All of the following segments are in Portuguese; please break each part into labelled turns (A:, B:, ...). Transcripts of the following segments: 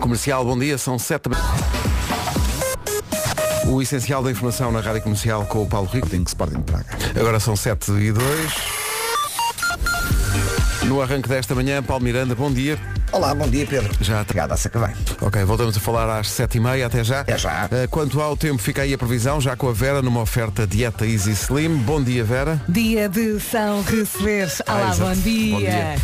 A: Comercial, bom dia, são sete... O essencial da informação na Rádio Comercial com o Paulo Rico.
B: Tem que Sporting Praga.
A: Agora são 7 e 2. No arranque desta manhã, Paulo Miranda, bom dia.
B: Olá, bom dia Pedro.
A: Já atrás.
B: Obrigado, se que vem.
A: Ok, voltamos a falar às 7h30, até já.
B: Até já.
A: Eh, Quanto ao tempo, fica aí a previsão, já com a Vera, numa oferta Dieta Easy Slim. Bom dia, Vera.
C: Dia de São Receber.
A: Ah,
C: Olá,
A: exato.
C: bom, dia.
A: Bom dia.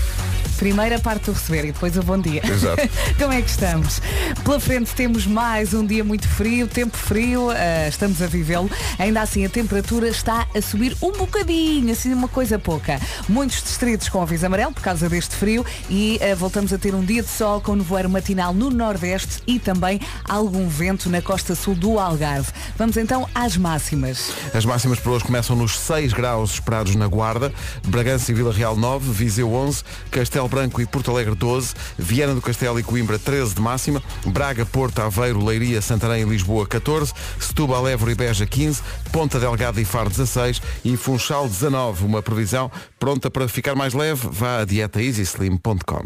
C: Primeiro a parte do receber e depois o bom dia.
A: Exato.
C: Como é que estamos? Pela frente temos mais um dia muito frio, tempo frio, ah, estamos a vivê-lo. Ainda assim, a temperatura está a subir um bocadinho, assim uma coisa pouca. Muitos distritos com aviso amarelo por causa deste frio e ah, voltamos a ter um dia de sol com nevoeiro matinal no Nordeste e também algum vento na costa sul do Algarve. Vamos então às máximas.
A: As máximas para hoje começam nos 6 graus esperados na Guarda, Bragança e Vila Real 9, Viseu 11, Castelo Branco e Porto Alegre 12, Viana do Castelo e Coimbra 13 de máxima, Braga, Porto, Aveiro, Leiria, Santarém e Lisboa 14, Setúbal, Évora e Beja 15, Ponta Delgada e Faro 16 e Funchal 19. Uma previsão pronta para ficar mais leve, vá a dietaeasyslim.com.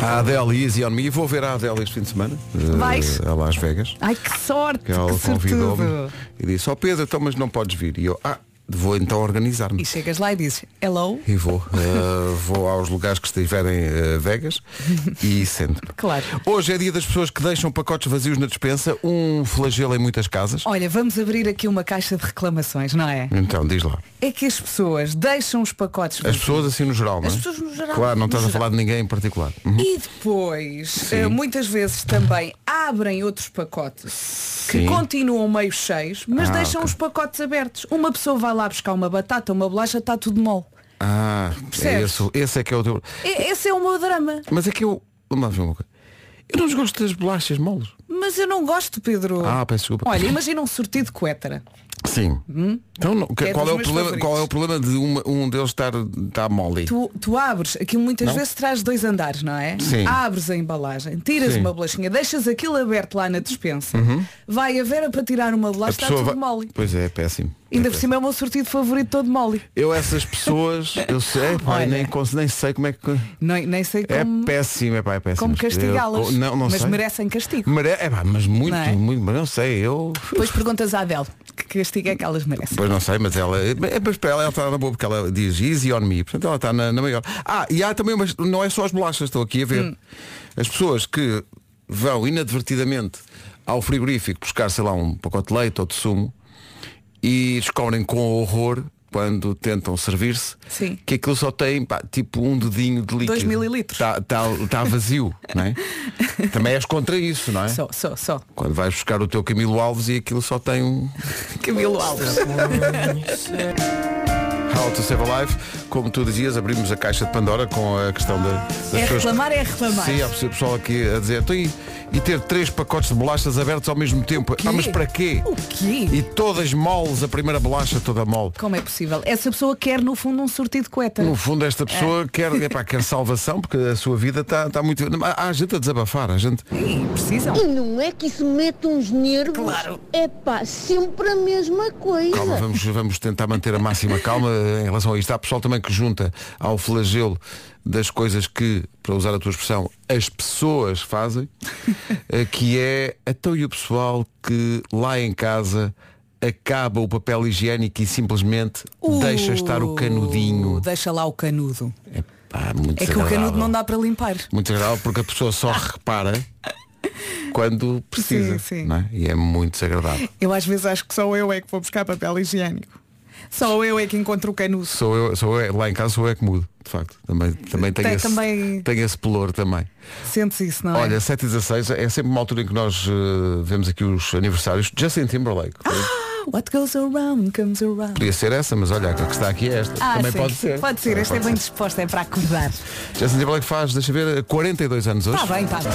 A: A Adele Easy on Me, vou ver a Adele este fim de semana.
C: Vais?
A: eh, A Las Vegas
C: Ai, que sorte,
A: que ela
C: que
A: convidou-me
C: sortudo.
A: e disse, ó Pedro, então mas não podes vir. E eu, ah, vou então organizar-me.
C: E chegas lá e dizes, hello,
A: E vou. Uh, vou aos lugares que estiverem uh, Vegas e sento-me.
C: Claro.
A: Hoje é dia das pessoas que deixam pacotes vazios na despensa, um flagelo em muitas casas.
C: olha, vamos abrir aqui uma caixa de reclamações, não é?
A: Então, diz lá.
C: É que as pessoas deixam os pacotes
A: As pessoas assim no geral, não é?
C: As pessoas no geral,
A: Claro, não
C: no
A: estás a
C: geral.
A: falar de ninguém em particular. Uhum.
C: e depois, eh, muitas vezes também abrem outros pacotes que
A: Sim.
C: continuam meio cheios, mas
A: Ah,
C: deixam
A: ok.
C: os pacotes abertos. Uma pessoa vai lá buscar uma batata, uma bolacha, está tudo mole.
A: Ah, é
C: Percebes?
A: esse, esse é que é o teu.
C: E- Esse é o meu drama.
A: Mas é que eu. Vamos lá ver uma coisa. Eu não gosto das bolachas moles.
C: Mas eu não gosto, Pedro.
A: Ah, peço desculpa.
C: Olha, imagina um sortido de coétara.
A: Sim. Então, não-
C: É
A: qual,
C: dos
A: é o
C: meus
A: problema, qual é o
C: favoritos.
A: problema de uma- um deles estar, estar mole?
C: Tu, tu abres, aquilo muitas
A: Não?
C: vezes traz dois andares, não é?
A: Sim.
C: Abres a embalagem, tiras
A: Sim. Uhum.
C: uma bolachinha, deixas aquilo aberto lá na despensa, vai a Vera para tirar uma
A: A
C: bolacha, está
A: pessoa
C: tudo
A: vai-
C: mole.
A: Pois é, é péssimo.
C: Ainda
A: É
C: por
A: péssimo.
C: cima é o meu sortido favorito todo mole.
A: Eu essas pessoas, eu sei, pai,
C: Olha.
A: nem, cons- nem sei como é que.
C: Nem, nem sei
A: É
C: como,
A: péssimo, é pá, é péssimo.
C: como castigá-las.
A: Eu- Não, não
C: mas
A: sei.
C: merecem castigo.
A: Mere... É pá, mas muito,
C: Não é?
A: muito, mas não sei, eu.
C: Depois perguntas à Adele que castigo é que elas merecem.
A: Pois não sei, mas ela. é, Mas para ela, ela está na boa, porque ela diz easy on me. Portanto, ela está na, na maior. Ah, e há também, mas não é só as bolachas, estou aqui a ver.
C: Hum.
A: As pessoas que vão inadvertidamente ao frigorífico buscar, sei lá, um pacote de leite ou de sumo e descobrem com horror, quando tentam servir-se,
C: Sim.
A: que aquilo só tem pá, tipo um dedinho de líquido.
C: Dois mililitros.
A: Está vazio, não é? Também és contra isso, não é?
C: Só, só, só.
A: Quando vais buscar o teu Camilo Alves e aquilo só tem um.
C: Camilo Alves.
A: How to Save a Life, como tu dizias, abrimos a caixa de Pandora com a questão da, das
C: É
A: pessoas.
C: reclamar, é reclamar.
A: Sim, há pessoa- pessoal aqui a dizer, "Então, e, e ter três pacotes de bolachas abertos ao mesmo tempo.
C: quê?
A: Ah, mas para quê?
C: O quê?
A: E todas moles, a primeira bolacha toda mole.
C: Como é possível? Essa pessoa quer no fundo um sortido de coétara.
A: No fundo esta pessoa
C: É.
A: quer, epá, quer salvação porque a sua vida está está muito. Há, há gente a desabafar, há gente.
C: Sim, precisam.
D: E não é que isso mete uns nervos?
C: Claro.
D: É pá, sempre a mesma coisa.
A: Calma, vamos, vamos tentar manter a máxima calma em relação a isto. Há pessoal também que junta ao flagelo das coisas que, para usar a tua expressão, as pessoas fazem, eh, que é até e o pessoal que lá em casa acaba o papel higiênico e simplesmente deixa estar
C: Uh.
A: o canudinho.
C: Deixa lá o canudo.
A: É, pá, muito
C: É que o
A: desagradável.
C: canudo não dá para limpar.
A: Muito agradável porque a pessoa só repara quando precisa.
C: Sim, sim.
A: não é? E é muito desagradável.
C: Eu às vezes acho que só eu é que vou buscar papel higiênico. Só eu é que encontro o canudo.
A: Sou eu, sou eu, lá em casa sou eu é que mudo, de facto. Também, também, tenho,
C: Tem-
A: esse,
C: também-
A: tenho esse pelor também.
C: Sentes isso, não é?
A: Olha, 7 e 16 é sempre uma altura em que nós eh, vemos aqui os aniversários. Justin Timberlake.
C: Ah! What goes around comes around.
A: Podia ser essa, mas olha, a que está aqui é esta.
C: Ah,
A: também
C: sim.
A: pode ser.
C: Pode ser,
A: Também
C: esta é
A: pode
C: bem
A: ser.
C: disposta, é para acordar. Está
A: Justin Timberlake faz, deixa ver, 42 anos hoje.
C: Tá bem, está bem.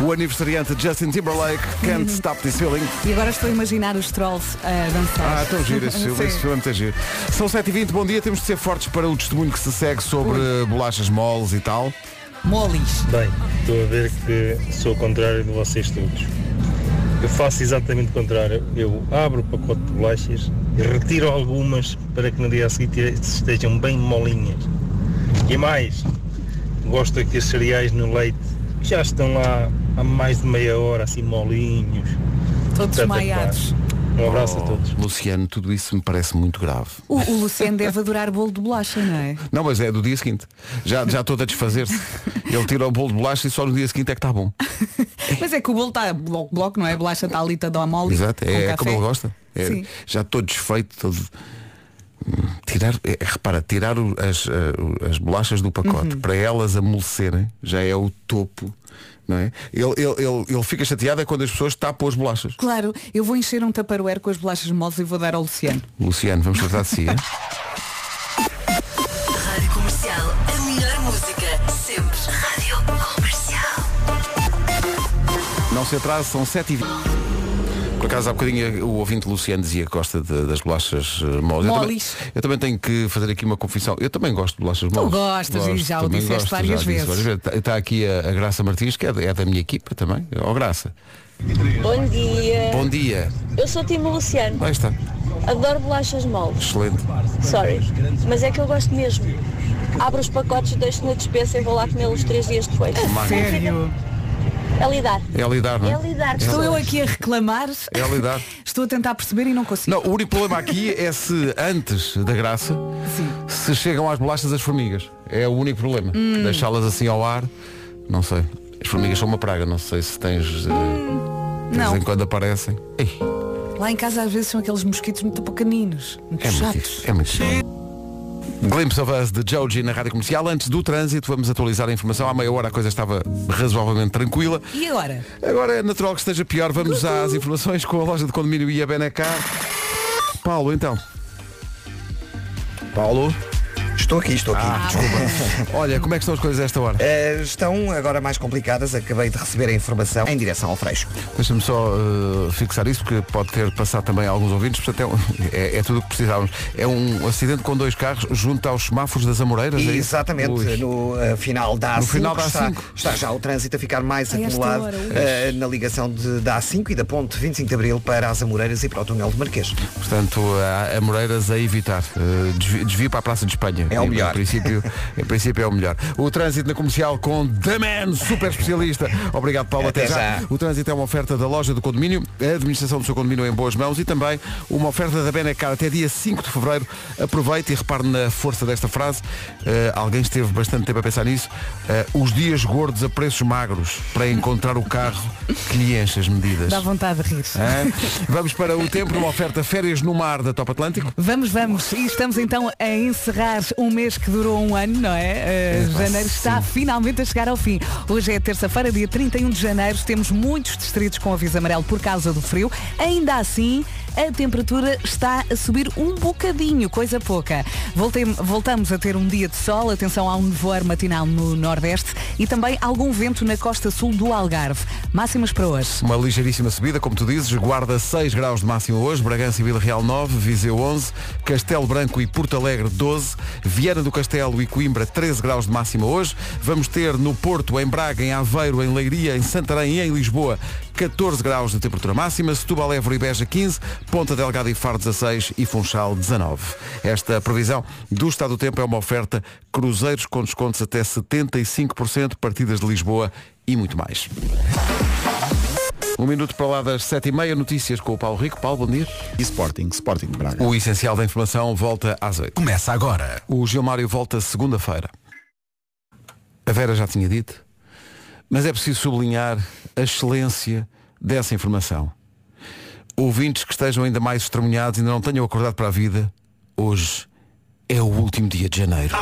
A: O aniversariante Justin Timberlake, Can't Stop This Feeling.
C: E agora estou a imaginar os trolls a dançar.
A: Ah, tão giro esse filme,
C: Sim.
A: esse filme é muito giro. São 7h20, bom dia, temos de ser fortes para o testemunho que se segue sobre bolachas moles e tal.
C: Molis.
E: Bem, estou a ver que sou o contrário de vocês todos. Eu faço exatamente o contrário. Eu abro o pacote de bolachas e retiro algumas para que no dia a seguir te- estejam bem molinhas. E mais, Gosto daqueles cereais no leite que já estão lá há mais de meia hora, assim molinhos.
C: Todos
E: Tanta
C: maiados.
E: paz. Um abraço
F: Oh.
E: a todos.
A: Luciano, tudo isso me parece muito grave.
C: O, o Luciano deve adorar bolo de bolacha, não é?
A: Não, mas é do dia seguinte. Já, já estou a desfazer-se. Ele tira o bolo de bolacha e só no dia seguinte é que está bom.
C: Mas é que o bolo está bloco, bloco, não é? A bolacha está ali, está a mole.
A: Exato,
C: com
A: é,
C: café.
A: como ele gosta. É,
C: Sim.
A: já estou desfeito. todo- Hum, Tirar, é, repara, tirar o- as, ah, o- as bolachas do pacote
C: Uhum.
A: para elas amolecerem já é o topo. Não é? ele, ele, ele, ele fica chateado é quando as pessoas tapam as bolachas.
C: Claro, eu vou encher um taparoeiro com as bolachas moles e vou dar ao Luciano.
A: Luciano, vamos tratar de si. é?
G: Rádio Comercial. A melhor música sempre. Rádio Comercial.
A: Não se atrase, são 7 e 20 Por acaso há bocadinho o ouvinte Luciano dizia que gosta de- das bolachas eh, moles. Eu também,
C: Moles.
A: eu também tenho que fazer aqui uma confissão. Eu também gosto de bolachas moles.
C: gostas, e já o
A: também
C: disseste várias
A: já disse
C: vezes.
A: Está está tá aqui a, a Graça Martins, que é, da- é da minha equipa também. Ó Graça.
H: Bom dia,
A: Bom dia.
H: eu sou Timo Luciano,
A: Lá está.
H: adoro bolachas moles,
A: Excelente.
H: sorry, mas é que eu gosto mesmo. Abro os pacotes, deixo na despensa e vou lá comê-los três dias depois.
A: Ah,
C: Sério?
H: É lidar.
A: É lidar, não é?
H: É lidar.
C: Estou eu aqui a reclamar,
A: É lidar.
C: estou a tentar perceber e não consigo.
A: Não, o único problema aqui é se antes da graça
C: Sim.
A: se chegam às bolachas as formigas. É o único problema.
C: Hum.
A: Deixá-las assim ao ar, não sei. As formigas são uma praga, não sei se tens. eh, de vez
C: Não.
A: em quando aparecem. Ei,
C: Lá em casa às vezes são aqueles mosquitos muito pequeninos, muito
A: é muito
C: chatos.
A: isso. É muito isso. Glimpse of Us de Joji na rádio comercial. Antes do trânsito, vamos atualizar a informação. Há meia hora a coisa estava razoavelmente tranquila.
C: E agora?
A: Agora é natural que esteja pior. Vamos às informações com a loja de condomínio e a Benacar. Paulo, então. Paulo.
B: Estou aqui, estou aqui.
A: Ah. Olha, como é que estão as coisas a esta hora?
B: Eh, estão agora mais complicadas, acabei de receber a informação em direção ao Freixo.
A: Deixa-me só eh, fixar isso, porque pode ter passado também a alguns ouvintes, portanto é, um- é- é tudo o que precisávamos. É um acidente com dois carros junto aos semáforos das Amoreiras, é isso?
B: Exatamente,
A: Ui.
B: no eh, final da A5,
A: No final da
B: está,
A: A5.
B: está já o trânsito a ficar mais
C: A esta
B: acumulado
C: hora, ui.
B: eh, na ligação de, da A5 e da ponte 25 de Abril para as Amoreiras e para o túnel de Marquês.
A: Portanto, há Amoreiras a evitar. Eh, desvi- desvio para a Praça de Espanha.
B: É o
A: Em- Em
B: melhor.
A: princípio, em princípio é o melhor. O trânsito na comercial com The Man, super especialista. Obrigado, Paulo. Até,
B: Até já.
A: O trânsito é uma oferta da loja do condomínio, a administração do seu condomínio em boas mãos e também uma oferta da Benecar até dia 5 de fevereiro. Aproveite e repare na força desta frase. Eh, alguém esteve bastante tempo a pensar nisso. Eh, os dias gordos a preços magros para encontrar o carro que lhe enche as medidas.
C: Dá vontade de rir.
A: Hã? É. Vamos para o tempo numa oferta férias no mar da Top Atlântico.
C: Vamos, vamos. E estamos então a encerrar um mês que durou um ano, não é? Uh,
A: pá,
C: janeiro
A: sim.
C: está finalmente a chegar ao fim. Hoje é terça-feira, dia 31 de janeiro. Temos muitos distritos com aviso amarelo por causa do frio. Ainda assim, a temperatura está a subir um bocadinho, coisa pouca. Voltem- voltamos a ter um dia de sol. Atenção a um nevoeiro matinal no Nordeste e também algum vento na costa sul do Algarve. Máximas para hoje.
A: Uma ligeiríssima subida, como tu dizes, guarda 6 graus de máximo hoje, Bragança e Vila Real 9, Viseu 11, Castelo Branco e Porto Alegre 12, Viana do Castelo e Coimbra 13 graus de máxima hoje, vamos ter no Porto, em Braga, em Aveiro, em Leiria, em Santarém e em Lisboa 14 graus de temperatura máxima, Setúbal, Évora e Beja 15, Ponta Delgada e Faro 16 e Funchal 19. Esta previsão do estado do tempo é uma oferta cruzeiros com descontos até 75%, partidas de Lisboa e muito mais. Um minuto para lá das sete e meia, notícias com o Paulo Rico. Paulo, bom dia.
I: E Sporting, Sporting de Braga.
A: O essencial da informação volta às oito.
J: Começa agora.
A: O Gilmário volta segunda-feira. A Vera já tinha dito, mas é preciso sublinhar a excelência dessa informação. Ouvintes que estejam ainda mais estremunhados e ainda não tenham acordado para a vida, hoje é o último dia de janeiro.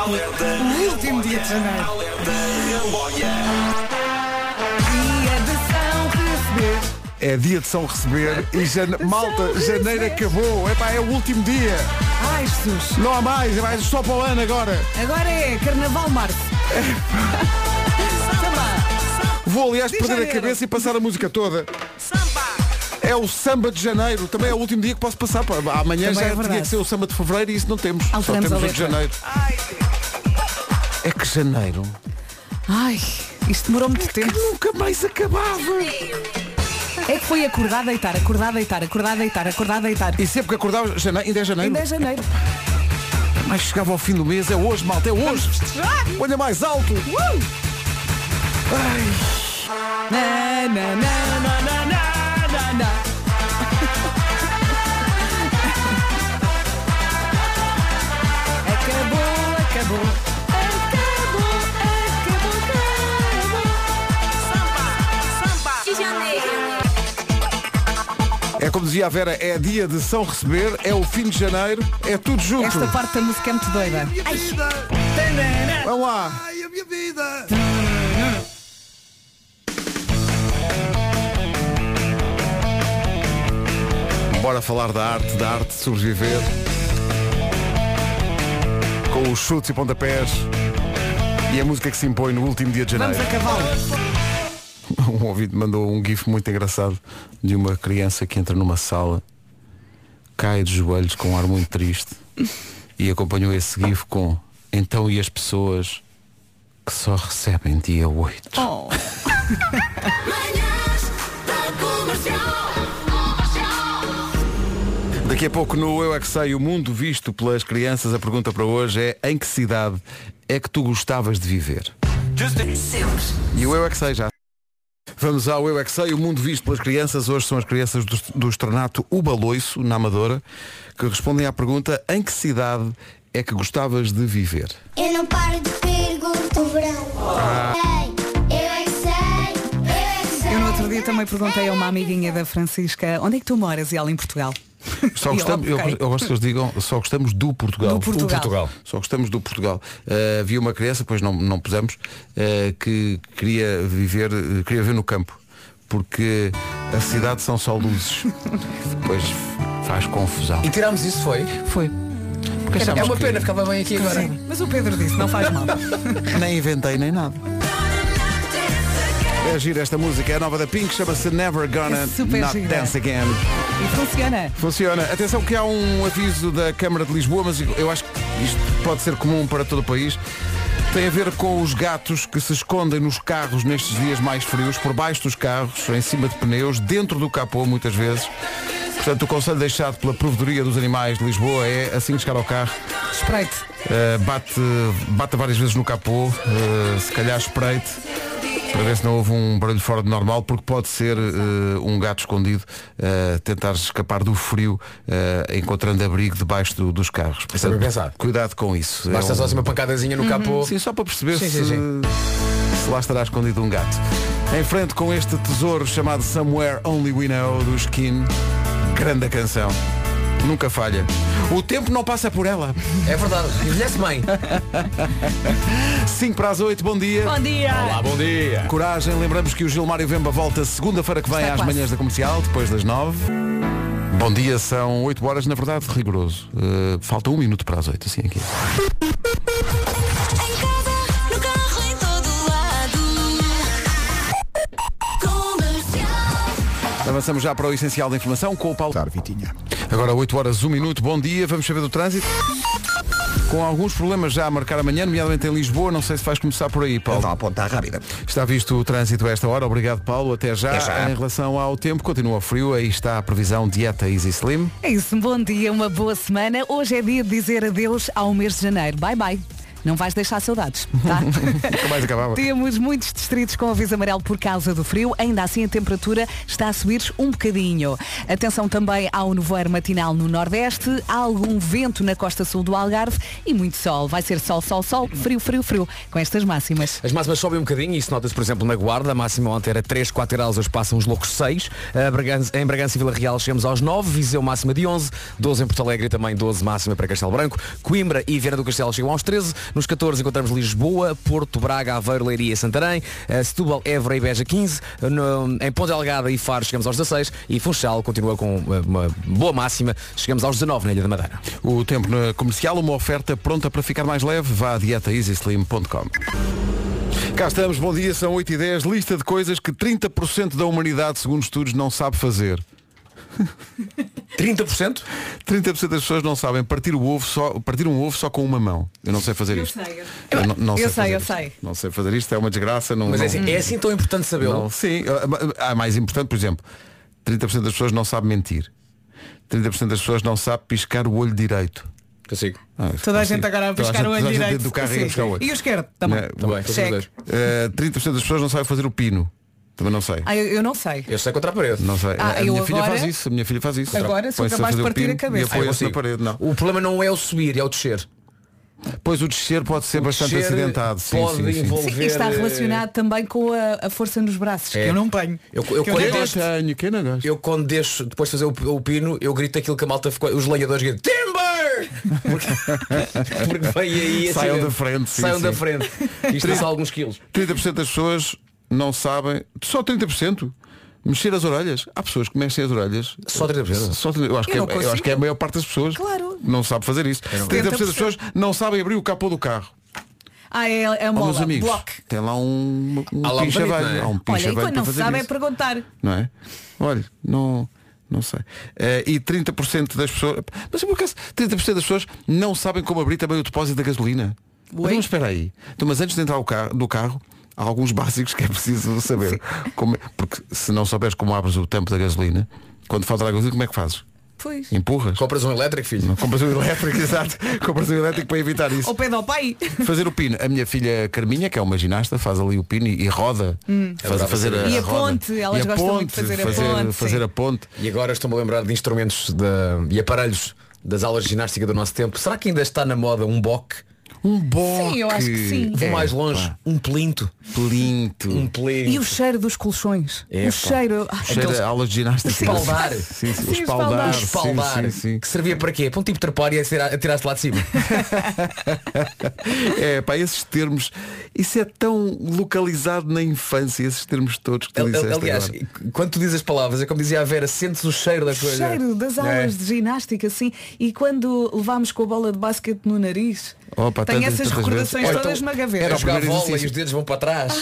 C: Último dia de janeiro. Dia de São Receber.
A: É dia de São Receber e jane... malta, janeiro acabou. Epá, é o último dia.
C: Ai, Jesus.
A: Não há mais, é mais só para o ano agora.
C: Agora é Carnaval Março. Samba.
A: Vou aliás
C: De
A: perder
C: janeiro.
A: a cabeça e passar a música toda. É o samba de janeiro, também é o último dia que posso passar. pá. Amanhã
C: Também
A: já
C: é
A: tinha
C: verdade.
A: que ser o samba de fevereiro e isso não temos. Só
C: Alteramos
A: temos
C: a
A: o de
C: letra.
A: janeiro. É que janeiro
C: Ai, isto demorou muito tempo.
A: nunca mais acabava.
C: É que foi acordar, deitar, acordar, deitar, acordar, deitar, acordar, deitar.
A: E sempre que acordava, janeiro, ainda é janeiro.
C: Ainda é janeiro.
A: Mas chegava ao fim do mês, é hoje, malta, é hoje. Olha mais alto.
C: Uh! na, na, na, na, na, na, na. Acabou, acabou. Acabou, acabou,
G: De janeiro.
A: É como dizia a Vera, é dia de São Receber, é o fim de janeiro, é tudo junto.
C: Esta parte da música é muito doida.
A: Vamos lá. Bora falar da arte, da arte de sobreviver. Com os chutes e pontapés. E a música que se impõe no último dia de janeiro.
C: Vamos a cavalo.
A: Um ouvinte mandou um gif muito engraçado de uma criança que entra numa sala, cai de joelhos com um ar muito triste e acompanhou esse gif com então e as pessoas que só recebem dia 8. Daqui a pouco no Eu É Que Sei, o mundo visto pelas crianças, a pergunta para hoje é em que cidade é que tu gostavas de viver?
G: Sempre.
A: E o Eu É Que Sei já. Vamos ao Eu É Que Sei, o mundo visto pelas crianças. Hoje são as crianças do, do Estornato Ubaloiço, na Amadora, que respondem à pergunta em que cidade é que gostavas de viver?
J: Eu não paro de perguntar o verão. Ei, eu é que sei, eu é que sei.
C: Eu no outro dia também perguntei a uma amiguinha da Francisca onde é que tu moras e ela em Portugal.
A: Só
C: E
A: gostamos, eu,
C: ela, "Ok."
A: eu gosto que eles digam, só gostamos do Portugal.
C: Do Portugal. O Portugal.
A: Só gostamos do Portugal. Ah, havia uma criança, depois não, não pusemos, ah, que queria viver, eh, queria viver no campo, porque a cidade são só luzes. pois faz confusão.
K: E tirámos isso, foi?
C: Foi.
K: é uma pena, ficava bem aqui agora.
C: Sim, mas o Pedro disse, não faz mal.
A: Nem inventei nem nada. É gira esta música, é a nova da Pink, chama-se Never Gonna
C: É super
A: Not
C: gira.
A: Dance Again.
C: E funciona.
A: Funciona. Atenção que há um aviso da Câmara de Lisboa, mas eu acho que isto pode ser comum para todo o país. Tem a ver com os gatos que se escondem nos carros nestes dias mais frios, por baixo dos carros, em cima de pneus, dentro do capô muitas vezes. Portanto, o conselho deixado pela Provedoria dos Animais de Lisboa é, assim que chegar ao carro,
C: Espreite.
A: Uh, bate, bate várias vezes no capô, uh, se calhar espreite, para ver se não houve um barulho fora do normal, porque pode ser uh, um gato escondido uh, tentar escapar do frio, uh, encontrando abrigo debaixo do- dos carros.
K: é para pensar.
A: Cuidado com isso. É
K: Basta
A: um-
K: só assim uma pancadazinha no capô.
A: Sim, só para perceber
K: Sim,
A: se,
K: sim,
A: se lá estará escondido um gato. Em frente com este tesouro chamado Somewhere Only We Know do Skin. Grande canção. Nunca falha. O tempo não passa por ela.
K: É verdade. Envelhece bem.
A: 5 para as 8, bom dia.
C: Bom dia.
K: Olá, bom dia.
A: Coragem, lembramos que o Gilmário Vemba volta segunda-feira que vem
C: Está
A: às
C: quase.
A: manhãs da comercial, depois das nove. Bom dia, são 8 horas, na verdade, rigoroso. Uh, falta um minuto para as 8, assim aqui.
G: Em casa, no carro, em todo lado. Comercial.
A: Avançamos já para o essencial da informação com o Paulo.
I: Claro, Vitinha.
A: Agora 8 horas, 1 minuto, bom dia, vamos saber do trânsito. Com alguns problemas já a marcar amanhã, nomeadamente em Lisboa, não sei se vais começar por aí, Paulo.
B: Então aponta rápida.
A: Está visto o trânsito a esta hora, obrigado Paulo, até já.
B: Até já.
A: Em relação ao tempo, continua frio, aí está a previsão dieta Easy Slim.
C: É isso, bom dia, uma boa semana. Hoje é dia de dizer adeus ao mês de janeiro. Bye bye. Não vais deixar saudades, tá?
A: Nunca mais acabava.
C: Temos muitos distritos com aviso amarelo por causa do frio, ainda assim a temperatura está a subir um bocadinho. Atenção também ao nevoeiro matinal no Nordeste, há algum vento na costa sul do Algarve e muito sol. Vai ser sol, sol, sol, frio, frio, frio, com estas máximas.
K: As máximas sobem um bocadinho, isso nota-se, por exemplo, na Guarda. A máxima ontem era 3, 4 graus, hoje passam os loucos 6. A Bragança- em Bragança e Vila Real chegamos aos 9, Viseu máxima de 11, 12 em Porto Alegre e também 12 máxima para Castelo Branco. Coimbra e Viana do Castelo chegam aos 13. Nos 14 encontramos Lisboa, Porto, Braga, Aveiro, Leiria e Santarém. Eh, Setúbal, Évora e Beja 15. No- em Ponte Algada e Faro chegamos aos 16 e Funchal continua com uma, uma boa máxima. Chegamos aos 19 na Ilha da Madeira.
A: O tempo na comercial, uma oferta pronta para ficar mais leve, vá a dietaeasyslim.com. Cá estamos, bom dia, são 8 e 10 lista de coisas que 30% da humanidade, segundo estudos, não sabe fazer.
K: 30%?
A: 30% das pessoas não sabem partir, o ovo só, partir um ovo só com uma mão. Eu não sei fazer
C: Eu
A: isto.
C: sei,
A: Eu não, não
C: Eu sei,
A: fazer
C: eu
A: isto.
C: sei.
A: Não sei fazer isto, é uma desgraça. Não,
K: Mas é
A: não-
K: assim, é assim tão importante sabê-lo.
A: Não, sim, ah, mais importante, por exemplo, 30% das pessoas não sabem mentir. 30% das pessoas não sabem piscar o olho direito.
K: Consigo.
A: Ah,
C: Toda a
A: consigo.
C: gente agora a
A: Toda
C: pescar
A: gente-
C: o
A: toda
C: olho
A: a gente
C: direito.
A: dentro do carro ia
C: Sim.
A: pescar o olho. Né,
C: E o esquerdo também.
A: Não,
K: Também, todos os
A: Eh,
C: Cheque.
K: dois.
A: Uh, 30% das pessoas não sabem fazer o pino. Também não sei.
C: Ah, eu, eu não sei.
K: Eu sei contra a parede.
A: Não sei.
C: Ah,
A: a
C: eu
A: minha filha
C: agora-
A: faz isso, a minha filha faz isso.
C: Agora sou
A: Põe-se
C: capaz de
A: fazer
C: partir a
A: pino
C: cabeça.
A: E apoia-se
K: Ah, eu
A: na parede, não.
K: O problema não é o subir, é o descer.
A: Pois o descer pode ser bastante
K: descer
A: acidentado. Sim,
K: pode
A: sim, sim.
K: envolver-
C: Sim, e está
K: eh,
C: relacionado também com a, a força nos braços.
K: É.
C: que eu não-
B: tenho.
K: Eu, eu,
A: Quem
K: quando
A: não
K: deixo,
A: tenho, quem não gosta?
K: eu quando deixo depois de fazer o, o pino, eu grito aquilo que a malta ficou. Os lenhadores gritam Timber! Porque, porque vem aí assim,
A: Saiam da frente, sim,
K: Saiam
A: sim.
K: da frente. Isto é só alguns quilos.
A: 30% das pessoas não sabem, só 30%, mexer as orelhas. Há pessoas que mexem as orelhas.
K: Só 30%?
A: Só 30%. Eu acho,
C: Eu
A: que
C: não
A: é, eu acho
C: consigo.
A: que é a maior parte das pessoas.
C: Claro.
A: Não sabe fazer isso. 30% das
C: 70%.
A: pessoas não sabem abrir o capô do carro.
C: Ah, é, é a
A: Ó,
C: mola.
A: meus amigos,
C: Block.
A: tem lá um, um
K: Há lá um
A: pincha
K: palito,
A: velho.
K: não é?
A: Há um pincha
C: Olha, e
A: velho
C: quando
A: para
C: não
A: fazer
C: sabe é
A: isso.
C: perguntar.
A: não é? Olha, não, não sei. Eh, e 30% das pessoas. Mas por acaso, 30% das pessoas não sabem como abrir também o depósito da gasolina. Mas não, espera aí. Então, mas antes de entrar o carro, do carro, há alguns básicos que é preciso saber. Como- é, porque se não souberes como abres o tampo da gasolina, quando falta a gasolina, como é que fazes?
C: Pois.
A: Empurras?
K: Compras um elétrico, filho.
A: Compras um elétrico, exato. Compras um elétrico para evitar isso.
C: Ou pede ao pai.
A: Fazer o pino. A minha filha Carminha, que é uma ginasta, faz ali o pino e, e roda. Faz,
K: Adorava
A: fazer a,
C: Hum. E a
A: roda.
C: ponte, elas
A: E a
C: gostam muito de fazer a ponte,
A: Fazer
C: sim.
A: a ponte.
K: E agora estou-me a lembrar de instrumentos da- e aparelhos das aulas de ginástica do nosso tempo. Será que ainda está na moda um boque?
A: Um boque.
C: Sim, eu acho que sim.
K: Vou
A: É,
K: mais longe,
A: pá.
K: um plinto.
A: Plinto.
K: Um
C: E o
K: plinto.
C: cheiro dos colchões.
K: É, pá.
C: o cheiro. Ah,
A: Cheira
K: aqueles-
A: a aulas de ginástica.
K: Espaldar.
A: Sim, sim,
C: Sim,
A: o
K: Um
A: espaldar.
C: espaldar.
A: Ah, sim,
K: espaldar
A: sim, sim.
K: que servia para quê? Para um tipo de trepar e atirar-se lá de cima.
A: É, pá, esses termos, isso é tão localizado na infância, esses termos todos que tu disseste
K: Aliás,
A: agora.
K: quando tu dizes as palavras, é como dizia a Vera, sentes o cheiro da
C: o
K: coisa. É.
C: cheiro das
A: É.
C: aulas de ginástica, assim. E quando levámos com a bola de basquete no nariz,
A: Opa,
C: tenho
A: tantas-
C: essas
A: tantas
C: recordações
A: vezes. Ou
C: todas na gaveta.
K: então, Era
A: o
K: jogar
A: primeiro
K: bola e
A: exercício.
K: os dedos vão para trás.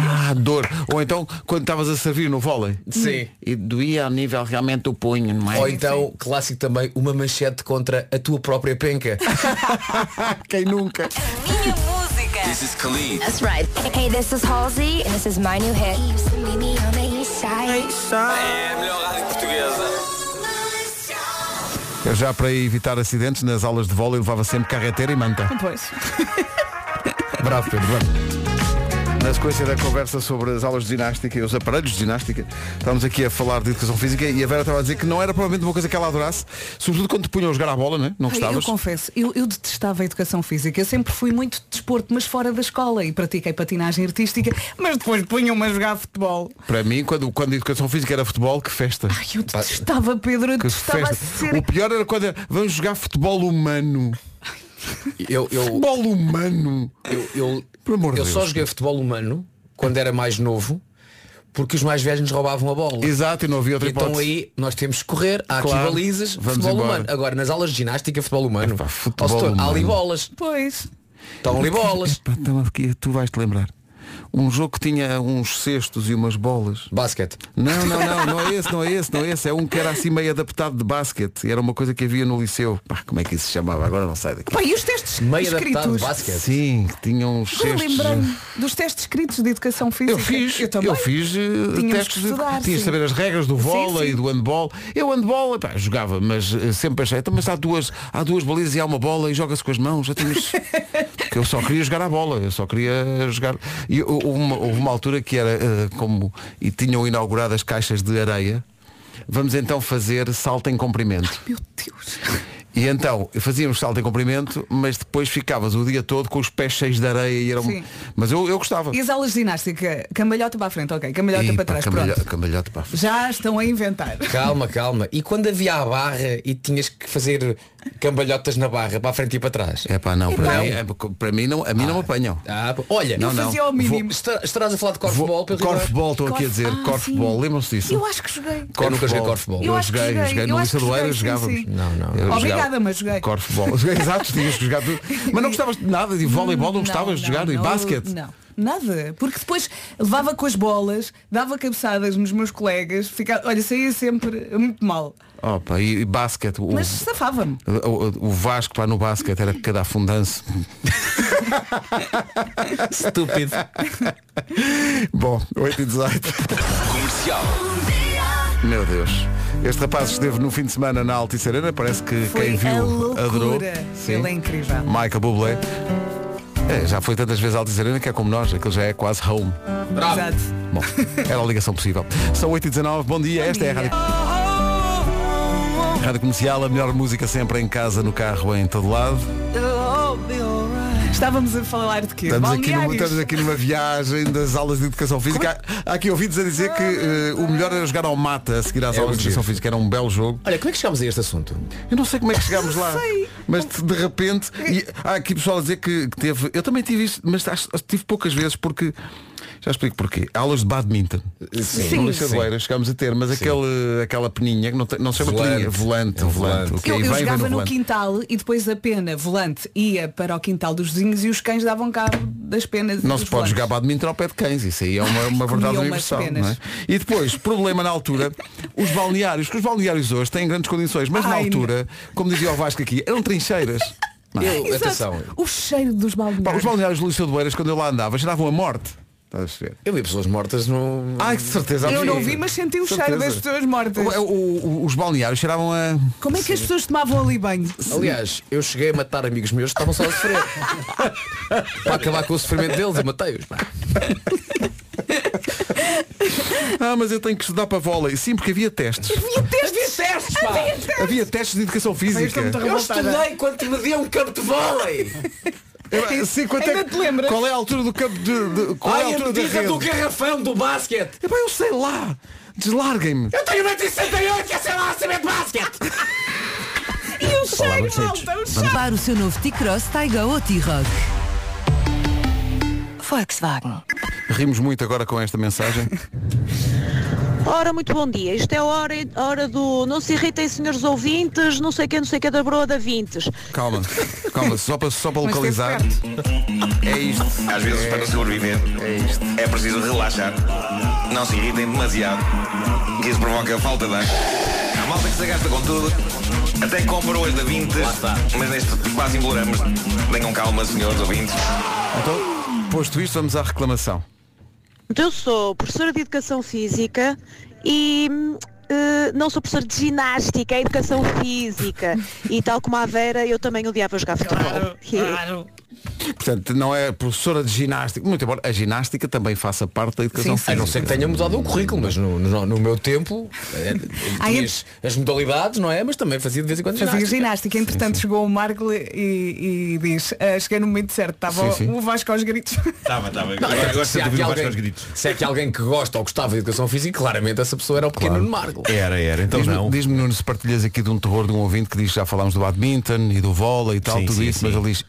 A: Ah, dor. Ou então, quando estavas a servir no vôlei.
K: Sim.
A: E doía ao nível realmente do punho, não é?
K: Ou então, clássico também, uma manchete contra a tua própria penca.
A: Quem nunca?
G: Minha música. This is Khalid. That's right.
J: Hey, this is Halsey and this is my new hit.
G: É a melhor rádio portuguesa.
A: Eu É já para evitar acidentes nas aulas de vôlei levava sempre carreteira e manta.
C: Pois.
A: Bravo, Pedro. Bravo. Na sequência da conversa sobre as aulas de ginástica e os aparelhos de ginástica, estávamos aqui a falar de educação física e a Vera estava a dizer que não era provavelmente uma coisa que ela adorasse, sobretudo quando te punham a jogar à bola, né? não
C: Ai, Eu
A: gostavas?
C: confesso, eu, eu detestava a educação física. Eu sempre fui muito de desporto, mas fora da escola. E pratiquei patinagem artística, mas depois punham-me a jogar futebol.
A: Para mim, quando, quando a educação física era futebol, que festa. Ah,
C: Ai, eu detestava, Pedro, eu
A: Que
C: detestava a
A: festa.
C: ser.
A: O pior era quando era, vamos jogar futebol humano.
K: Eu, eu,
A: Futebol humano.
K: eu, eu,
A: Por amor de
K: eu só
A: Deus.
K: joguei futebol humano quando era mais novo, porque os mais velhos nos roubavam a bola.
A: Exato, e não havia outra
K: E Então
A: hipótese.
K: aí nós temos que correr, há
A: Claro.
K: aqui balizas,
A: Vamos
K: futebol
A: embora.
K: humano. Agora, nas aulas de ginástica, futebol humano,
A: Epá, futebol
K: Ó, setor, há ali
A: humano.
K: bolas.
C: Pois.
K: Estão ali bolas.
A: Epá, então aqui, tu vais-te lembrar. Um jogo que tinha uns cestos e umas bolas.
K: Basquete.
A: Não, não, não, não é esse, não é esse, não é esse. É um que era assim meio adaptado de basquete. Era uma coisa que havia no liceu. Pá, como é que isso se chamava? Agora não sai daqui.
C: Pá, e os testes
K: Meio adaptado,
C: escritos?
K: basquete.
A: Sim, que tinha uns
C: Eu
A: cestos.
C: lembrei-me dos testes escritos de educação
A: Eu
C: física.
A: fiz, eu,
C: Eu também.
A: fiz eh,
C: Tínhamos
A: testes.
C: que estudar,
A: de, tinha de
C: sim.
A: saber as regras do
C: Sim,
A: vôlei
C: sim.
A: e do handball. Eu handball, epá, jogava, mas eh, sempre achei, então, mas há duas, há duas balizas e há uma bola e joga-se com as mãos. Já tínhamos... Porque eu só queria jogar a bola, eu só queria jogar. E eu- houve uma, houve uma altura que era eh, como. E tinham inaugurado as caixas de areia. Vamos então fazer salto em comprimento.
C: Meu Deus.
A: E então, fazíamos salto em comprimento, mas depois ficavas o dia todo com os pés cheios de areia e era um-
C: Sim.
A: Mas eu, eu gostava.
C: E as aulas de ginástica? Cambalhota para a frente, ok. Cambalhota
A: Ih, pá,
C: para trás,
A: cambalho-
C: pronto.
A: cambalhota para a frente.
C: Já estão a inventar.
K: Calma, calma. E quando havia a barra e tinhas que fazer cambalhotas na barra, para a frente e para trás?
A: É pá, não, para
K: Não.
A: mim, é, para mim não, a mim não me apanham.
K: Ah, pô, olha,
A: Não, não.
C: Fazia ao mínimo.
K: Está- estarás a falar de corfball, Pedro Ribeiro?
A: Corfball, estou aqui a dizer,
C: Ah,
A: corfball,
C: sim.
A: lembram-se disso?
C: Eu acho que joguei.
K: "Ah, Eu nunca joguei corfball.
A: Eu,
C: Eu acho que
A: joguei, eu
C: joguei,
A: joguei.
C: eu
A: No
C: acho que
A: Lista do Eira
C: joguei, sim,
A: jogávamos.
C: sim. Não, não. Obrigada, mas joguei.
A: Corfball. Exato, tinhas que jogar tudo. Mas não gostavas de nada, de voleibol não gostavas de jogar, e
C: não,
A: basquete.
C: Não, nada. Porque depois levava com as bolas, dava cabeçadas nos meus colegas, ficava, olha, saía sempre muito mal.
A: Opa, e, e basquete. O,
C: Mas safava-me.
A: o- o- o Vasco lá no basquete era cada afundance.
K: Estúpido.
A: Bom, 8 e 18.
G: Comercial.
A: Meu Deus. Este rapaz esteve no fim de semana na Altice Arena, parece que
C: Foi
A: quem viu
C: a loucura.
A: adorou.
C: Ele é incrível.
A: Michael Bublé. É, já foi tantas vezes à Altice Arena que é como nós, aquilo já é quase home.
C: Exato.
A: Bom, era a ligação possível. São 8h19, bom dia, esta é a Rádio. Rádio Comercial, a melhor música sempre em casa, no carro, em todo lado.
C: Estávamos a falar de quê?
A: Estamos aqui, numa,
C: Balneários.
A: estamos aqui numa viagem das aulas de educação física. Há há aqui ouvidos a dizer que eh, o melhor era jogar ao mata a seguir às
K: É
A: aulas
K: muito
A: de educação
K: giro.
A: física. Era um belo jogo.
K: Olha, como é que chegámos a este assunto?
A: Eu não sei como é que chegámos lá.
C: sei.
A: Mas de de repente. E há aqui pessoal a dizer que, que teve. Eu também tive isto, mas acho- acho que tive poucas vezes porque. Já explico porquê. Aulas de badminton.
K: Sim.
A: No Liceu de Oeiras chegámos a ter, mas aquele, aquela peninha, que não, tem- não se chama
K: Volante.
A: peninha, volante,
K: É um
A: volante.
K: volante.
A: ok,
C: Eu, eu
A: vai, vai
C: jogava no
A: volante.
C: quintal e depois a pena volante ia para o quintal dos vizinhos e os cães davam cabo das penas.
A: Não
C: dos
A: se pode
C: volantes.
A: jogar badminton ao pé de cães, isso aí é uma, uma verdade
C: comiam umas
A: universal.
C: penas.
A: Não é? E depois, problema na altura, os balneários, que os balneários hoje têm grandes condições, mas na
C: Ai,
A: altura, como dizia o Vasco aqui, eram trincheiras. Não é?
K: Eu,
C: Exato.
K: atenção,
C: O cheiro dos balneários.
A: Pá, os balneários do Liceu de Oeiras, quando eu lá andava, cheiravam a morte. Estás a ver?
K: eu vi pessoas mortas no.
A: Ai, de certeza.
C: Eu não
A: absoluta.
C: vi, mas senti o
A: Certeza.
C: cheiro das pessoas mortas.
A: O- o- o- os balneários cheiravam a.
C: Como é que as pessoas tomavam ali banho?
K: Aliás, eu cheguei a matar amigos meus que estavam só a sofrer. Para acabar com o sofrimento deles, eu matei-os. pá.
A: Ah, mas eu tenho que estudar para vôlei. Sim, porque havia testes.
C: Havia testes, Havia testes.
A: havia testes de educação física.
K: Eu estudei quando me deu um campo de vôlei.
A: Eu- Sim, quanto é
C: Ainda
A: que-
C: te lembras?
A: Qual é a altura do campo de. de- qual é a
K: Ai, a
A: altura da
K: medida
A: rede?
K: do garrafão do basquete.
A: Epá, eu sei lá. Deslarguem-me.
K: Eu tenho 1,68 e sei lá saber de basquete.
C: E o cheiro, malta, o cheiro.
G: Para o seu novo T-Cross, Taiga ou T-Rock. Volkswagen.
A: Rimos muito agora com esta mensagem.
H: Ora, muito bom dia. Isto é a hora, hora do não se irritem, senhores ouvintes, não sei quem, não sei que da broa da Vintes.
A: Calma, calma, só para, só para
C: Mas esteve
A: localizar.
C: perto.
A: É isto.
L: Às vezes, para sobreviver, é preciso relaxar. Não se irritem demasiado, que isso provoca falta de ar. A malta que se gasta com tudo, até compra hoje da 20, mas neste quase imploramos. Tenham calma, senhores ouvintes.
A: Então, posto isto, vamos à reclamação.
H: Então, eu sou professora de Educação Física e hum, eh, não sou professora de ginástica, é Educação Física. E tal como a Vera, eu também odiava jogar futebol.
C: é
A: Portanto, não é professora de ginástica. Muito embora a ginástica também faça parte da educação
C: Sim, sim.
K: A
A: física.
K: não ser que tenha mudado o currículo, mas no, no- no meu tempo eh,
C: Ai,
K: tinhas as modalidades, não é? Mas também fazia de vez em quando
C: Fazia
K: ginástica.
C: ginástica, entretanto chegou o Marco e, e diz, "Ah, cheguei no momento certo, estava
A: Sim, sim.
C: o Vasco aos gritos.
L: Estava, estava.
K: Agora,
L: Agora gosto
K: se,
L: de
K: há aqui
L: ouvir o Vasco aos
K: alguém,
L: gritos.
K: se há aqui alguém um que gosta ou gostava de educação física, claramente essa pessoa era o pequeno Nuno Margo.
L: Era, era, então
A: Diz-me,
L: não.
A: diz-me, Nuno, se partilhas aqui de um terror de um ouvinte que diz que já falámos do badminton e do vôlei e tal,
L: Sim,
A: tudo
L: sim,
A: isso,
L: sim.
A: mas ele diz,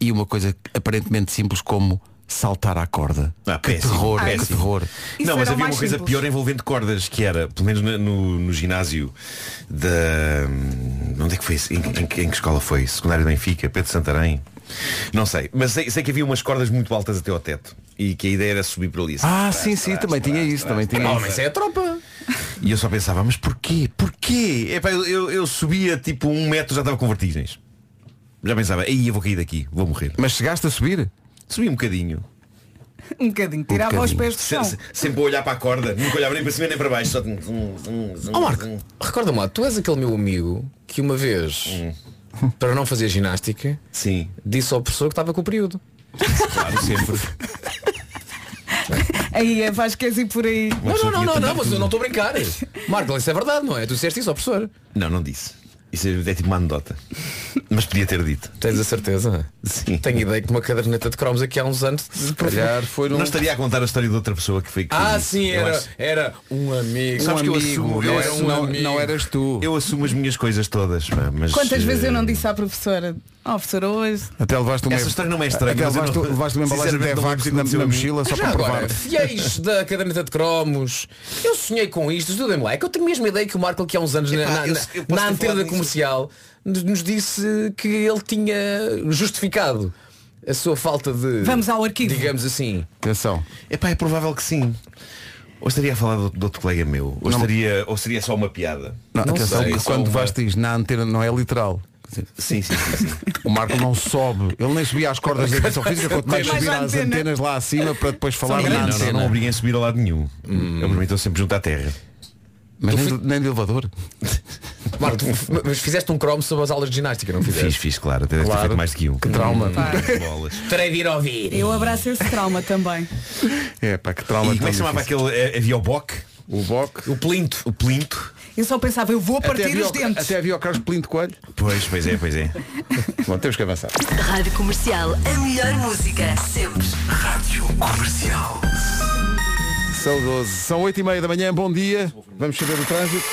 A: e uma coisa aparentemente simples como saltar à corda.
L: Ah,
A: que
L: péssimo,
A: terror,
L: péssimo.
A: que terror.
C: Isso
L: não,
C: era o
L: mas havia
C: mais
L: uma coisa
C: simples.
L: pior envolvendo cordas, que era, pelo menos no, no- no ginásio da. Onde é que foi isso? Em, em que- em que escola foi? Secundário de Benfica, Pedro Santarém? Não sei, mas sei, sei que havia umas cordas muito altas até ao teto e que a ideia era subir por ali. assim,
A: Ah,
L: trás,
A: sim, sim,
L: trás,
A: também
L: trás,
A: tinha isso,
L: trás,
A: também tinha
L: trás.
K: Oh, mas isso é a tropa.
L: E eu só pensava, mas porquê? Porquê? Epá, eu, eu, eu subia tipo um metro já estava com vertigens. Já pensava, aí eu vou cair daqui, vou morrer.
A: Mas chegaste a subir?
L: Subi um bocadinho.
C: Um bocadinho, tirava os
A: bocadinho.
C: pés do
L: Se-
C: chão.
L: se- sempre a olhar para a corda, nunca olhava nem para cima nem para baixo. Só um, zum, zum, zum, zum,
K: Ó Oh, Marco,
L: zum.
K: recorda-me lá, tu és aquele meu amigo que uma vez, para não fazer ginástica,
L: Sim,
K: disse ao professor que estava com o período.
L: claro, sempre.
C: Aí é, Vasco, queres ir por aí.
L: Uma
K: não,
L: pessoa
K: não,
L: devia
K: não, não,
L: tentar
K: não, mas eu
L: tudo.
K: não estou a brincar. Marco, isso é verdade, não é? Tu disseste isso ao professor.
L: Não, não disse. Isso é, é tipo uma anedota. Mas podia ter dito.
K: Tens a certeza?
L: Sim.
K: Hum. Tenho ideia que uma caderneta de cromos aqui há uns anos.
A: Calhar foi num...
L: Não estaria a contar a história de outra pessoa que foi que
K: um- Ah,
L: disse.
K: sim,
L: Eu
K: era,
L: acho-
K: era um amigo.
L: Sabes que eu assumo, eu
A: não,
L: era
A: era-
L: um
A: não-
L: amigo.
A: não eras tu.
L: Eu assumo as minhas coisas todas. pá, Mas,
C: Quantas vezes eu não
L: eh,
C: disse à professora, ó professora, hoje
A: Até levaste uma...
L: Essa história não é estranha,
A: Até
L: mas eu
A: levaste,
L: não-
A: levaste uma embalagem de
L: sinceramente, não me
A: Evax na,
L: aconteceu
A: na
L: a mim.
A: movar-te. mochila só
K: Já
A: para provar.
K: agora, fiéis da caderneta de cromos, eu sonhei com isto, ajudem-me lá. É que eu tenho mesmo a ideia que o Marco, aqui há uns anos,
L: Epá,
K: na, na,
L: eu-
K: na-
L: eu posso
K: na
L: ter
K: antena
L: falado
K: da
L: nisso.
K: comercial, nos, nos disse que ele tinha justificado a sua falta de.
C: Vamos ao arquivo.
K: Digamos assim.
A: Atenção.
L: Epá, é provável que sim. Ou estaria a falar de outro- de outro colega meu. Ou, estaria, ou seria só uma piada.
A: Não,
K: Não
A: atenção,
K: sei,
A: que
L: só um
A: quando
L: uma-
A: vais diz na antena não é literal. Quer dizer,
L: Sim, sim, sim. sim.
A: O Marco não sobe. Ele nem subia às cordas da educação física, quanto mais
C: Mas
A: subir
C: à
A: às
C: antena.
A: antenas lá acima para depois falar
L: não,
A: na
L: não, não,
A: antena.
L: um não obriguem a subir
K: Hum.
L: a lado nenhum. Eu permito sempre junto à terra.
A: Mas nem, de- nem de elevador.
K: Marco, tu f- mas fizeste um cromo sobre as aulas de ginástica, não fizeste?
L: Fiz, fiz, claro. Até deve ter
K: Claro.
L: feito mais do que um. Que
K: trauma.
L: Bolas.
K: Terei de ir ouvir.
C: Eu abraço esse trauma também.
A: É, pá, que trauma.
L: E como é
A: tão
L: que se chamava
A: difícil.
L: aquele. eh, Havia o boc?
A: O boc.
K: O plinto.
L: O plinto.
C: Eu só pensava, eu vou partir
A: havia
C: os
A: o-
C: dentes.
A: até havia o Carlos Pelinto Coelho.
L: Pois, pois é, pois é.
A: Bom, temos que avançar.
G: Rádio Comercial, a melhor música sempre. Rádio Comercial.
A: São 12. São 8 e meia da manhã, bom dia. Vamos saber o trânsito.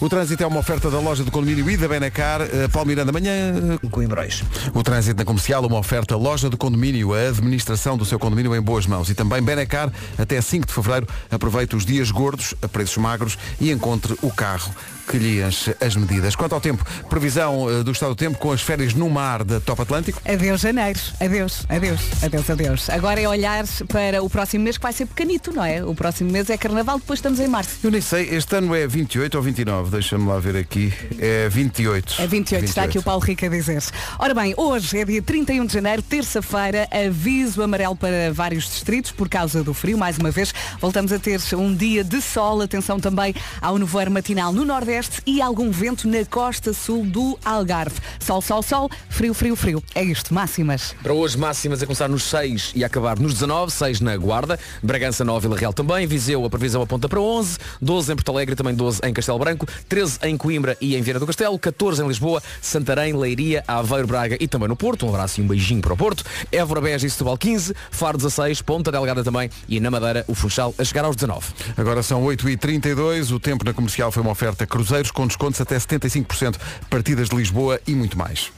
A: O trânsito é uma oferta da loja do condomínio e da Benacar. Eh, Paulo Miranda, amanhã... eh,
B: Coimbróis.
A: O trânsito na comercial, uma oferta loja do condomínio, a administração do seu condomínio em boas mãos. E também Benacar, até 5 de fevereiro, aproveite os dias gordos a preços magros e encontre o carro que lhe enche as medidas. Quanto ao tempo, previsão eh, do estado do tempo com as férias no mar da Top Atlântico.
C: Adeus, janeiro. Adeus, adeus, adeus, adeus. Agora é olhar para o próximo mês que vai ser pequenito, não é? O próximo mês é carnaval, depois estamos em março.
A: Eu nem sei, este ano é 28 ou 29, deixa-me lá ver aqui. É 28.
C: É 28, está aqui o Paulo Rica a dizer. Ora bem, hoje é dia 31 de janeiro, terça-feira, aviso amarelo para vários distritos por causa do frio, mais uma vez. Voltamos a ter um dia de sol, atenção também ao nevoeiro matinal no Nordeste e algum vento na costa sul do Algarve. Sol, sol, sol, frio, frio, frio. É isto, máximas.
K: Para hoje, máximas a começar nos 6 e a acabar nos 19, 6 na Guarda, Bragança 9, Vila Real também, Viseu a previsão aponta para 11, 12 em Porto Alegre, também 12 em Castelo Branco, 13 em Coimbra e em Vieira do Castelo, 14 em Lisboa, Santarém, Leiria, Aveiro, Braga e também no Porto, um abraço e um beijinho para o Porto, Évora, Beja e Setúbal 15, Faro 16, Ponta Delgada também e na Madeira o Funchal a chegar aos 19.
A: Agora são 8h32, o tempo na comercial foi uma oferta cruzeiros com descontos até 75%, partidas de Lisboa e muito mais.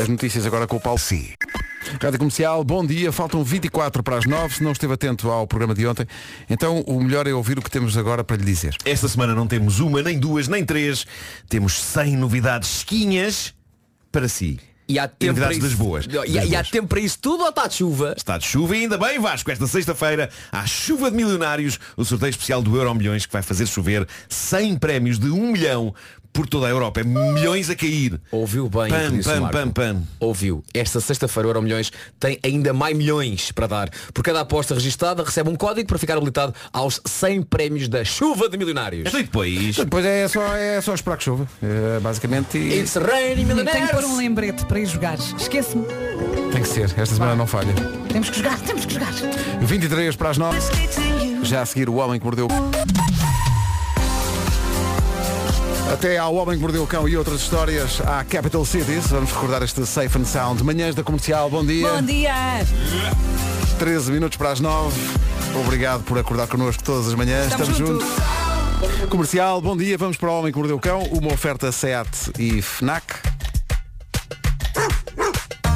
A: As notícias agora com o Paulo Sim. Rádio Comercial, bom dia, faltam 24 para as 9, se não esteve atento ao programa de ontem, então o melhor é ouvir o que temos agora para lhe dizer.
L: Esta semana não temos uma, nem duas, nem três. Temos 100 novidades esquinhas para si.
K: E há tempo, para
L: novidades
K: isso,
L: das boas.
K: E há-
L: Das
K: e há
L: boas.
K: tempo para isso tudo ou está de chuva?
L: Está de chuva e ainda bem, Vasco, esta sexta-feira há chuva de milionários, o sorteio especial do Euro Milhões que vai fazer chover 100 prémios de 1 milhão por toda a Europa. É milhões a cair.
K: Ouviu bem o que
L: Pam,
K: disse o
L: pam,
K: Marco.
L: pam, pam.
K: Ouviu. Esta sexta-feira o Euro Milhões tem ainda mais milhões para dar. Por cada aposta registada recebe um código para ficar habilitado aos 100 prémios da chuva de milionários.
L: Então e depois?
A: Depois é só, é só esperar que chova, é, basicamente, e
K: It's raining
C: Tenho que pôr
K: millionaires.
C: um lembrete para ir jogar. Esquece-me.
A: tem que ser, esta semana não falha.
C: Temos que jogar, temos que jogar.
A: 23 para as 9, já a seguir o Homem que Mordeu o Cão. Até ao Homem que Mordeu o Cão e outras histórias à Capital Cities. Vamos recordar este Safe and Sound. Manhãs da Comercial, bom dia.
C: Bom dia.
A: 13 minutos para as 9. Obrigado por acordar connosco todas as manhãs.
C: Estamos
A: juntos. Comercial, bom dia. Vamos para o Homem que Mordeu o Cão. Uma oferta SEAT e FNAC.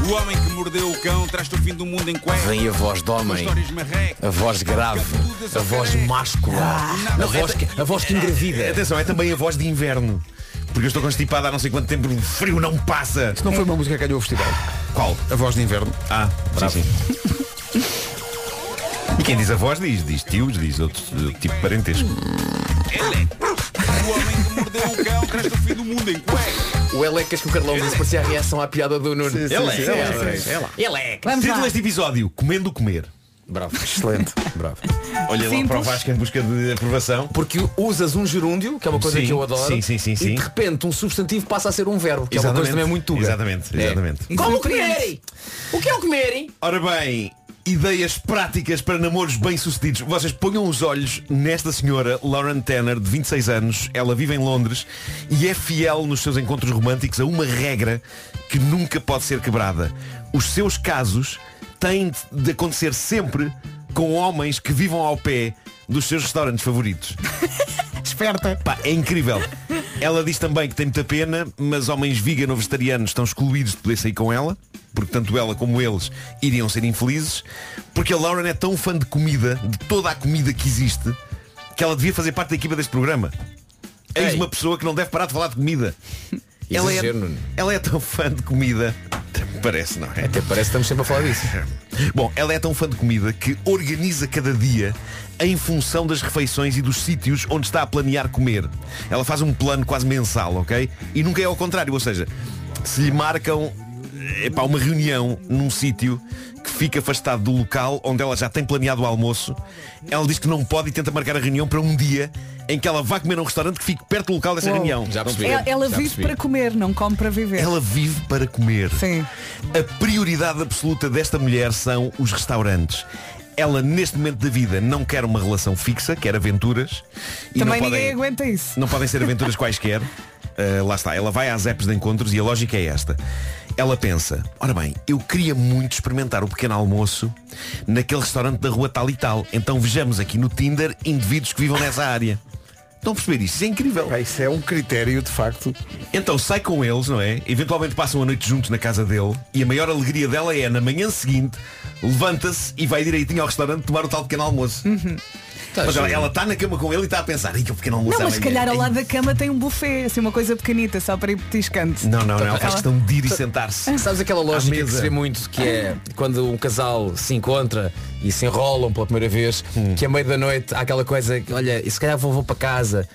M: O homem que mordeu o cão traz-te o fim do mundo em cuecas.
K: Vem a voz do homem.
M: Histórias marrecas.
K: A voz grave. A voz máscula.
C: Ah.
K: a, voz que, a voz que engravida.
L: Atenção, é também a voz de inverno. Porque eu estou constipado há não sei quanto tempo, o frio não passa.
A: Não foi uma música que ganhou o festival.
L: Qual?
A: A voz de inverno.
L: Ah, bravo. E quem diz a voz diz, diz tios, diz outro, outro tipo de parentesco.
M: é O homem que mordeu o cão traz-te o fim do mundo em cuecas.
K: O Elecas que o Carlão disse parecia a reação à piada do Nuno.
L: sim, Ele é, sim, ele é, sim. ele
K: Elecas.
C: Vamos
L: Título
C: lá.
L: deste episódio, comendo comer.
K: Bravo.
A: Excelente.
K: Bravo.
L: Olha lá
C: Simples.
L: para o Vasco em busca de aprovação.
K: Porque usas um gerúndio, que é uma coisa
L: Sim,
K: que eu adoro.
L: sim, sim, sim,
K: E
L: sim.
K: de repente um substantivo passa a ser um verbo, que é uma coisa também muito tuga.
L: Exatamente,
K: É.
L: exatamente.
K: Como
C: Surpreende.
K: comerem? O que é o comerem?
L: Ora bem, ideias práticas para namoros bem-sucedidos. Vocês ponham os olhos nesta senhora, Lauren Tanner, de 26 anos. Ela vive em Londres e é fiel nos seus encontros românticos a uma regra que nunca pode ser quebrada. Os seus casos têm de- de acontecer sempre com homens que vivam ao pé dos seus restaurantes favoritos.
C: Esperta.
L: Pá, é incrível. Ela diz também que tem muita pena, mas homens vegan ou vegetarianos estão excluídos de poder sair com ela, porque tanto ela como eles iriam ser infelizes, porque a Lauren é tão fã de comida, de toda a comida que existe, que ela devia fazer parte da equipa deste programa. Eis
K: Ei.
L: uma pessoa que não deve parar de falar de comida. Ela é,
K: Exagero, Nuno.
L: ela é tão fã de comida. Parece, não é?
K: Até parece que estamos sempre a falar disso.
L: Bom, ela é tão fã de comida que organiza cada dia em função das refeições e dos sítios onde está a planear comer. Ela faz um plano quase mensal, ok? E nunca é ao contrário, ou seja, se lhe marcam epá, uma reunião num sítio que fica afastado do local onde ela já tem planeado o almoço. Ela diz que não pode e tenta marcar a reunião para um dia em que ela vá comer a um restaurante que fique perto do local dessa
C: Uou.
L: reunião.
C: Ela, ela vive para comer, não come para viver.
L: Ela vive para comer.
C: Sim.
L: A prioridade absoluta desta mulher são os restaurantes. Ela neste momento da vida não quer uma relação fixa, quer aventuras. E
C: Também
L: não
C: ninguém
L: podem,
C: aguenta isso.
L: não podem ser aventuras quaisquer. Ah, lá está, ela vai às apps de encontros e a lógica é esta. Ela pensa, ora bem, eu queria muito experimentar o pequeno almoço naquele restaurante da rua tal e tal. Então vejamos aqui no Tinder indivíduos que vivam nessa área. Estão a perceber isto? Isso é incrível.
A: isso é um critério, de facto.
L: Então sai com eles, não é? Eventualmente passam a noite juntos na casa dele e a maior alegria dela é na manhã seguinte levanta-se e vai direitinho ao restaurante tomar o tal pequeno almoço.
C: Uhum.
K: Tá
L: Mas ela-
C: giro.
L: ela está na cama com ele e está a pensar, "Ei, que pequeno almoço é
C: Não, mas se
L: amanhã."
C: calhar ao lado da cama tem um buffet, assim uma coisa pequenita, só para ir petiscando.
L: Não, não, não,
C: Ela-
L: faz questão de ir e sentar-se.
K: Sabes aquela lógica que se vê muito, que é quando um casal se encontra e se enrolam pela primeira vez,
L: Hum.
K: que a meio da noite há aquela coisa, que, olha, e se calhar vou, vou para casa.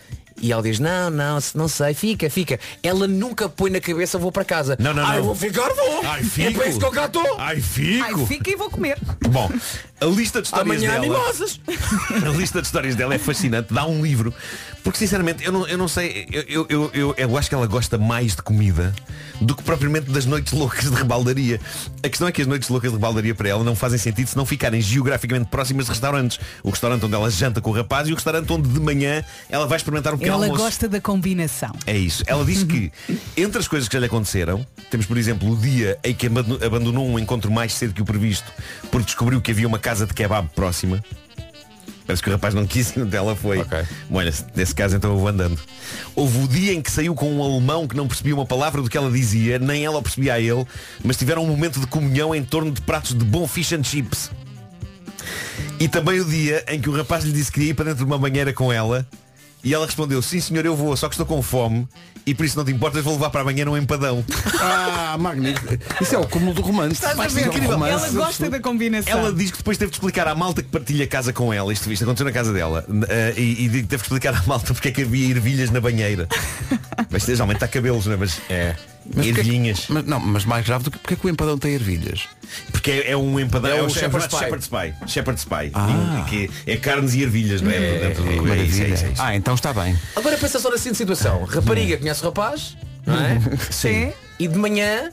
K: E ela diz, não, não, se- não sei, fica, fica. Ela nunca põe na cabeça, vou para casa. Não, não, vou ficar, vou.
L: Ai,
K: É
L: fico.
K: para isso que eu cá estou.
L: Ai, fico.
C: Ai, fica e vou comer.
L: Bom, a lista de histórias
K: Amanhã é
L: dela.
K: mimosas.
L: A lista de histórias dela é fascinante, dá um livro. Porque sinceramente, eu não, eu não sei, eu, eu, eu, eu, eu acho que ela gosta mais de comida do que propriamente das noites loucas de rebaldaria. A questão é que as noites loucas de rebaldaria para ela não fazem sentido se não ficarem geograficamente próximas de restaurantes. O restaurante onde ela janta com o rapaz e o restaurante onde de manhã ela vai experimentar um pequeno
C: Ela
L: almoço.
C: gosta da combinação.
L: É isso. Ela diz que entre as coisas que já lhe aconteceram, temos por exemplo o dia em que abando- abandonou um encontro mais cedo que o previsto porque descobriu que havia uma casa de kebab próxima. Parece que o rapaz não quis e onde ela foi. Bom, Olha, nesse caso então eu vou andando. Houve o dia em que saiu com um alemão que não percebia uma palavra do que ela dizia, nem ela o percebia a ele, mas tiveram um momento de comunhão em torno de pratos de bom fish and chips. E também o dia em que o rapaz lhe disse que queria ir para dentro de uma banheira com ela e ela respondeu, sim senhor, eu vou, só que estou com fome e por isso não te importas, vou levar para a banheira um empadão.
A: Ah, magnífico. Isso é o cúmulo do romance.
C: Estás a
A: Mas
C: ver?
A: é um romance
C: Ela gosta
A: absoluto.
C: da combinação.
L: Ela diz que depois teve de explicar à malta que partilha a casa com ela, isto, isto aconteceu na casa dela, eh, e, e teve de explicar à malta porque é que havia ervilhas na banheira. mas geralmente há cabelos, não é? Mas, é. ervilhinhas.
A: Mas, não, mas mais grave do que porque é que o empadão tem ervilhas?
L: Porque é, é um empadão,
A: É
L: é,
A: o
L: o
A: shepherd's
L: Shepherd's,
A: pie.
L: shepherd's Pie. Shepherd's Pie.
A: Ah.
L: E que é carnes e ervilhas, não é?
A: É,
L: Dentro do-
A: é,
L: é isso, é
A: maravilha.
L: isso, é isso.
A: Ah, então está bem.
K: Agora pensa só na seguinte situação.
L: Hum.
K: Rapariga conhece o rapaz, não é?
L: Sim.
K: E de manhã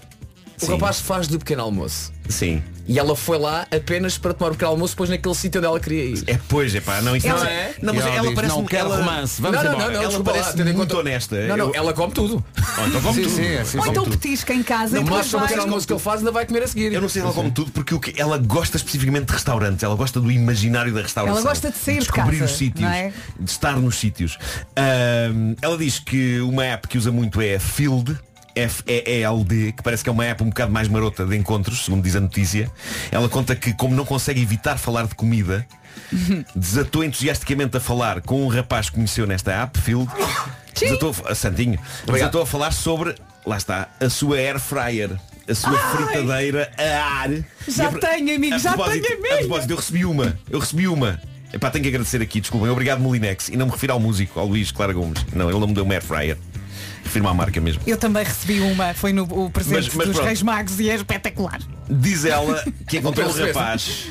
L: Sim.
K: o rapaz faz do pequeno almoço.
L: Sim.
K: E ela foi lá apenas para tomar o pequeno almoço, depois naquele sítio onde ela queria ir.
L: É pois, é pá, não, isso
K: Ela-
L: não
K: é?
L: Não, mas
K: E ela
L: ela,
K: diz,
L: parece
K: não
L: um
K: quero
L: ela...
K: romance, vamos
L: não, não,
K: embora.
L: Não,
K: Ela
L: não, ela
K: desculpa lá,
L: parece
K: tendo em
L: muito
K: conta-
L: honesta.
K: Não, não,
L: Eu-
K: ela come tudo.
L: Oh, então come
K: Sim,
L: tudo.
K: sim, é, sim,
C: Ou
L: come
C: então
L: tudo.
C: petisca em casa e
L: Não,
C: depois
L: mas só
C: vai.
L: aquele almoço
K: que ele faz ainda vai comer a seguir.
L: Eu não sei se ela come tudo porque o que ela gosta especificamente de restaurantes, ela gosta do imaginário da restauração.
C: Ela gosta de sair de
L: descobrir
C: casa,
L: os sítios,
C: não é?
L: de estar nos sítios. Ahm, ela diz que uma app que usa muito é a Field. F-E-E-L-D, que parece que é uma app um bocado mais marota de encontros, segundo diz a notícia. Ela conta que, como não consegue evitar falar de comida, desatou entusiasticamente a falar com um rapaz que conheceu nesta app, Field. Desatou a, Santinho. Desatou a falar sobre, lá está, a sua air fryer. A sua
C: Ai!
L: fritadeira a ar.
C: Já
L: E a pro-
C: tenho, amigo,
L: a
C: já
L: propósito-
C: tenho a
L: A
C: minha.
L: propósito, eu recebi uma. Eu recebi uma. Epá, tenho que agradecer aqui, desculpem. Obrigado, Molinex. E não me refiro ao músico, ao Luís Clara Gomes. Não, ele não me deu uma air fryer. Refiro-me à marca mesmo.
C: Eu também recebi uma, foi no o presente
L: Mas- mas
C: dos
L: pronto.
C: Reis Magos e é espetacular.
L: Diz ela que
C: Não
L: encontrou
C: tenho
L: um rapaz.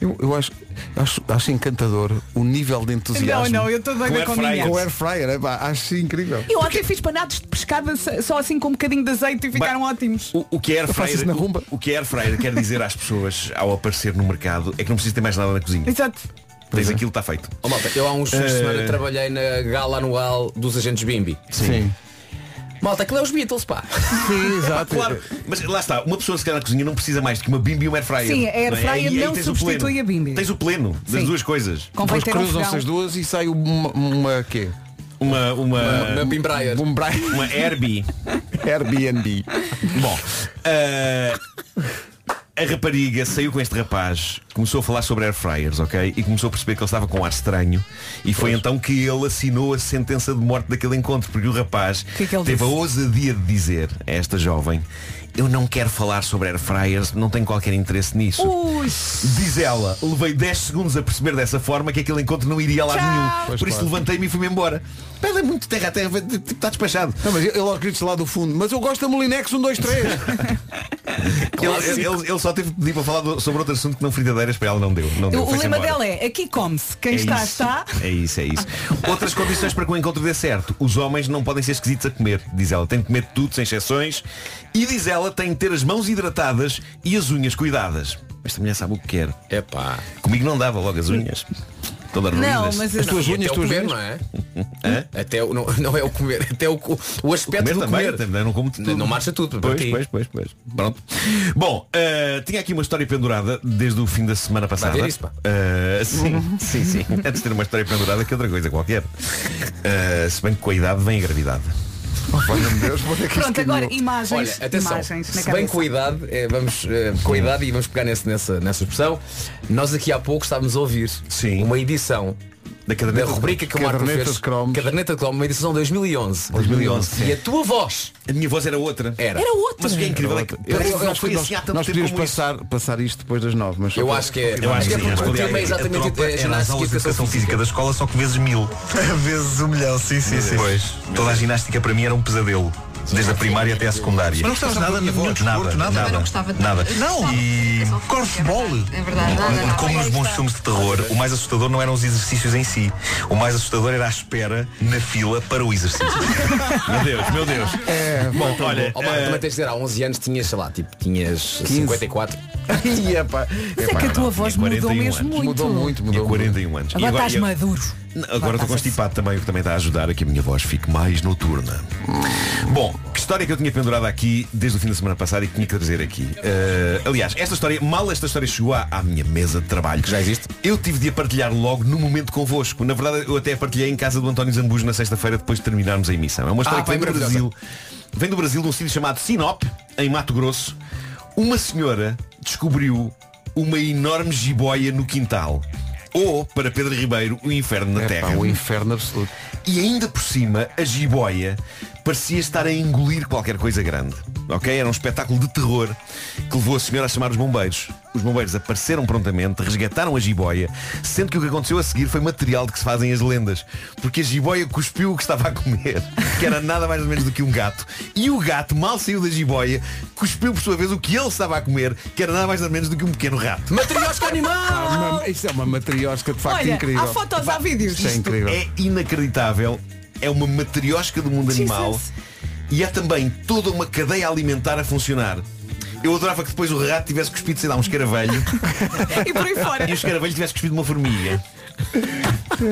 A: Eu, eu acho, acho, acho encantador o nível de entusiasmo.
C: Não, não, eu estou doida Com air com fryer. minhas.
A: Com air fryer, é pá, acho incrível.
C: Eu ontem fiz panados de pescada se- só assim com um bocadinho de azeite e ficaram ótimos.
L: O, o que é air
C: Eu faço
L: fryer,
C: isso na
L: o- o que é air fryer quer dizer às pessoas ao aparecer no mercado é que não precisa ter mais nada na cozinha.
C: Exato.
L: Tens aquilo, está feito.
K: Ó, malta, eu há uns fins de
L: Eh,
K: semana trabalhei na gala anual dos agentes Bimbi.
A: Sim.
K: Malta, aquilo é os Beatles, pá.
A: Sim,
K: exato.
L: Ah, Claro, mas lá está, uma pessoa se calhar na cozinha não precisa mais do que uma bimbi e uma air fryer.
C: Sim, a air
L: Não é?
C: fryer
L: Aí- aí
C: não
L: tens o
C: substitui
L: pleno.
C: a bimbi.
L: Tens o pleno das
C: Sim.
L: duas coisas.
C: Convém
A: Depois
C: ter um
A: cruzam-se
C: fogão.
A: as duas e sai uma, uma quê?
L: Uma, uma,
A: uma
K: Bimbrayer.
L: Uma Airbnb.
A: Airbnb.
L: Bom, ah, a rapariga saiu com este rapaz começou a falar sobre air fryers, ok? E começou a perceber que ele estava com um ar estranho. E foi então que ele assinou a sentença de morte daquele encontro, porque o rapaz
C: que é que ele
L: teve a
C: disse?
L: ousadia de dizer a esta jovem eu não quero falar sobre air fryers, não tenho qualquer interesse nisso. Diz ela, levei 10 segundos a perceber dessa forma que aquele encontro não iria a lado
A: Tchau.
L: nenhum.
A: Pois
L: Por isso
A: claro.
L: levantei-me e fui-me embora. Pá, Ele é muito terra a terra, tipo, está despachado.
A: Não, mas ele aos gritos lá do fundo, mas eu gosto da Molinex 1, 2, 3.
L: Ele, ele- ele só teve de pedir para falar do- sobre outro assunto que não fritadeiras para ela não deu. Não deu
C: O, o
L: foi-se
C: lema
L: embora.
C: dela é aqui come-se, quem
L: É
C: está,
L: isso.
C: está.
L: É isso, é isso. Outras condições para que o encontro dê certo. Os homens não podem ser esquisitos a comer, diz ela. Tem de comer tudo, sem exceções. E diz ela, tem de ter as mãos hidratadas e as unhas cuidadas. Esta mulher sabe o que quer. É pá. Comigo não dava logo as unhas. Todas
C: Não,
L: ruídas.
C: mas As tuas
K: unhas, tuas unhas?
L: Até o, não, não é o comer, até o, o aspecto
K: do
L: também,
K: comer.
L: também não como tudo.
K: não marcha tudo para
L: Pois,
K: ti.
L: pois, pois, pois. Pronto. Bom, eh, tinha aqui uma história pendurada desde o fim da semana passada.
K: haver isso, pá. Uhum.
L: Eh, sim, sim, sim. Antes de ter uma história pendurada que outra coisa qualquer. Eh, se bem que com a idade vem a gravidade.
C: Pronto,
A: um.
C: agora imagens.
K: Olha, atenção,
C: imagens na
K: se bem
C: cabeça.
K: com a idade, eh, vamos, eh, com a idade e vamos pegar nesse- nessa, nessa expressão, nós aqui há pouco estávamos a ouvir uma edição
L: da,
A: caderneta-
K: rubrica que o Marco
A: caderneta
K: fez,
A: de Cromos.
K: caderneta de Cromos, uma edição de 2011.
L: 2011,
K: E
L: sim.
K: a tua voz?
L: A minha voz era outra.
K: Era.
L: Era outra. Mas o que é incrível
K: Era
L: é que
K: outra.
L: parece
K: Eu-
L: que
K: eu-
L: nós foi assim há tanto
A: Nós
L: tempo
A: podíamos
L: como isso.
A: passar, passar isto depois das 9, mas só
K: Eu
A: para-
K: acho que é-
L: Eu acho que sim, acho que
A: porque-
L: aliás, a tropa era as aulas de educação física da escola, só que vezes mil.
N: Vezes um milhão, sim, sim, sim. é-
L: Pois, toda a ginástica para mim era um pesadelo. Desde a primária até a secundária.
N: Mas não gostavas nada de nenhum desporto, nada?
L: Nada, nada.
N: Não, e corfball.
L: É verdade,
G: Ah,
L: Como nos bons filmes de terror, o mais assustador não eram os exercícios em si. O mais assustador era a espera na fila para o exercício. meu Deus, meu Deus. bom, olha,
K: Oh,
A: É.
K: Marco,
L: eh,
K: também tens de dizer, há 11 anos tinhas, sei lá, tipo, tinhas 54.
A: Ih, epá.
C: Mas é que a tua voz mudou mesmo muito.
L: Mudou 41 anos.
C: Agora estás maduro.
L: Agora estou constipado também, o que também está a ajudar a que a minha voz fique mais noturna. Bom, que história que eu tinha pendurada aqui desde o fim da semana passada e que tinha que trazer aqui. Uh, aliás, esta história, mal esta história chegou à, à minha mesa de trabalho, que já existe, eu tive de a partilhar logo no momento convosco. Na verdade, eu até a partilhei em casa do António Zambujo na sexta-feira depois de terminarmos a emissão. É uma história
K: Ah,
L: que vem
K: pá, é
L: do Brasil. Vem do Brasil de um sítio chamado Sinop, em Mato Grosso. Uma senhora descobriu uma enorme jiboia no quintal. Ou, para Pedro Ribeiro, o inferno na terra.
A: o É um inferno absoluto.
L: E ainda por cima, a jiboia parecia estar a engolir qualquer coisa grande. Ok? Era um espetáculo de terror que levou a senhora a chamar os bombeiros. Os bombeiros apareceram prontamente, resgataram a jiboia, sendo que o que aconteceu a seguir foi material de que se fazem as lendas. Porque a jiboia cuspiu o que estava a comer, que era nada mais ou menos do que um gato. E o gato mal saiu da jiboia, cuspiu por sua vez o que ele estava a comer, que era nada mais ou menos do que um pequeno rato.
K: Matriosca
A: Ah,
K: animal!
A: uma- Isto é uma matriosca de facto
C: Olha,
A: incrível.
C: há fotos, há vídeos.
A: Isto é
L: Isto
A: incrível.
L: é inacreditável. É uma matriosca do mundo animal. E há também toda uma cadeia alimentar a funcionar. Eu adorava que depois o rato tivesse cuspido, sei lá, um escaravelho.
C: e por aí fora.
L: E o escaravelho tivesse cuspido uma formiga.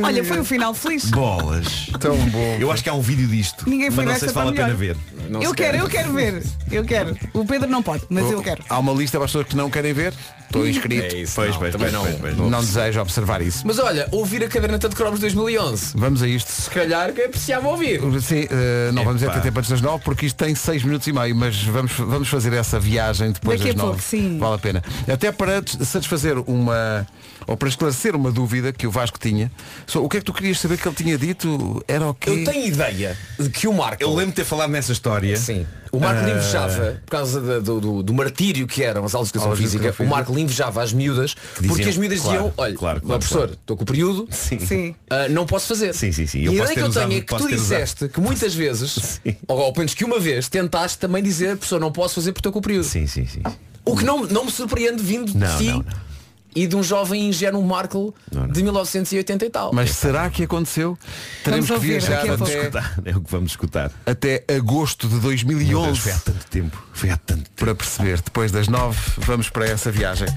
C: Olha, foi um final feliz.
L: Bolas.
A: Tão É bom.
L: Eu acho que há um vídeo disto.
C: Ninguém foi
L: mas não
C: dessa
L: sei se
C: para
L: vale a pena
C: melhor.
L: ver.
C: eu quero, eu quero ver. Eu quero. O Pedro não pode, mas eu quero. Hum.
A: Há uma lista para as pessoas que não querem ver. Estou inscrito.
K: É isso,
A: pois,
K: não,
A: pois,
K: também
A: pois,
K: não.
A: pois, pois. Não desejo observar isso.
K: Mas olha, ouvir a caderneta de Cromos 2011.
A: Vamos a isto.
K: Se calhar que apreciava ouvir.
A: Sim, eh, não vamos ter tempo antes das 9 porque isto tem 6 minutos e meio, mas vamos, vamos fazer essa viagem depois
C: Daqui a
A: das 9.
C: pouco, sim.
A: Vale a pena. Até para des- satisfazer uma. ou para esclarecer uma dúvida que o Vasco tinha. So, o que é que tu querias saber que ele tinha dito? Era o quê?
K: Eu tenho ideia de que o Marco. Eu lembro
L: de ter falado nessa história.
K: Sim. O Marco
A: Ah.
K: lhe invejava, por causa da- do, do, do martírio que eram as aulas de educação
A: Aulas de educação
K: física, o
A: física.
K: Marco lhe invejava às miúdas,
L: diziam,
K: porque as miúdas
L: claro,
K: diziam, olha,
L: claro, claro,
K: professor,
L: claro.
K: estou com o período,
C: Sim.
K: ah, não posso fazer.
L: Sim, sim, sim.
K: E
L: Eu
K: a
L: posso
K: ideia que
L: ter
K: eu
L: usado-
K: tenho é que
L: posso
K: tu
L: ter usado.
K: disseste que muitas vezes, ou ao menos que uma vez, tentaste também dizer, professor, não posso fazer porque estou com o período.
L: Sim, sim, sim.
K: O que não, não me surpreende vindo de
L: Não,
K: si
L: não,
K: e de um jovem ingênuo Marco de 1980 e tal.
A: Mas será que aconteceu? Teremos que viajar
L: Vamos
A: até,
L: escutar. É o que vamos escutar.
A: até agosto de
L: Meu
A: 2011.
L: Deus, foi há tanto tempo. Foi há tanto tempo.
A: Para perceber, depois das 9, vamos para essa viagem.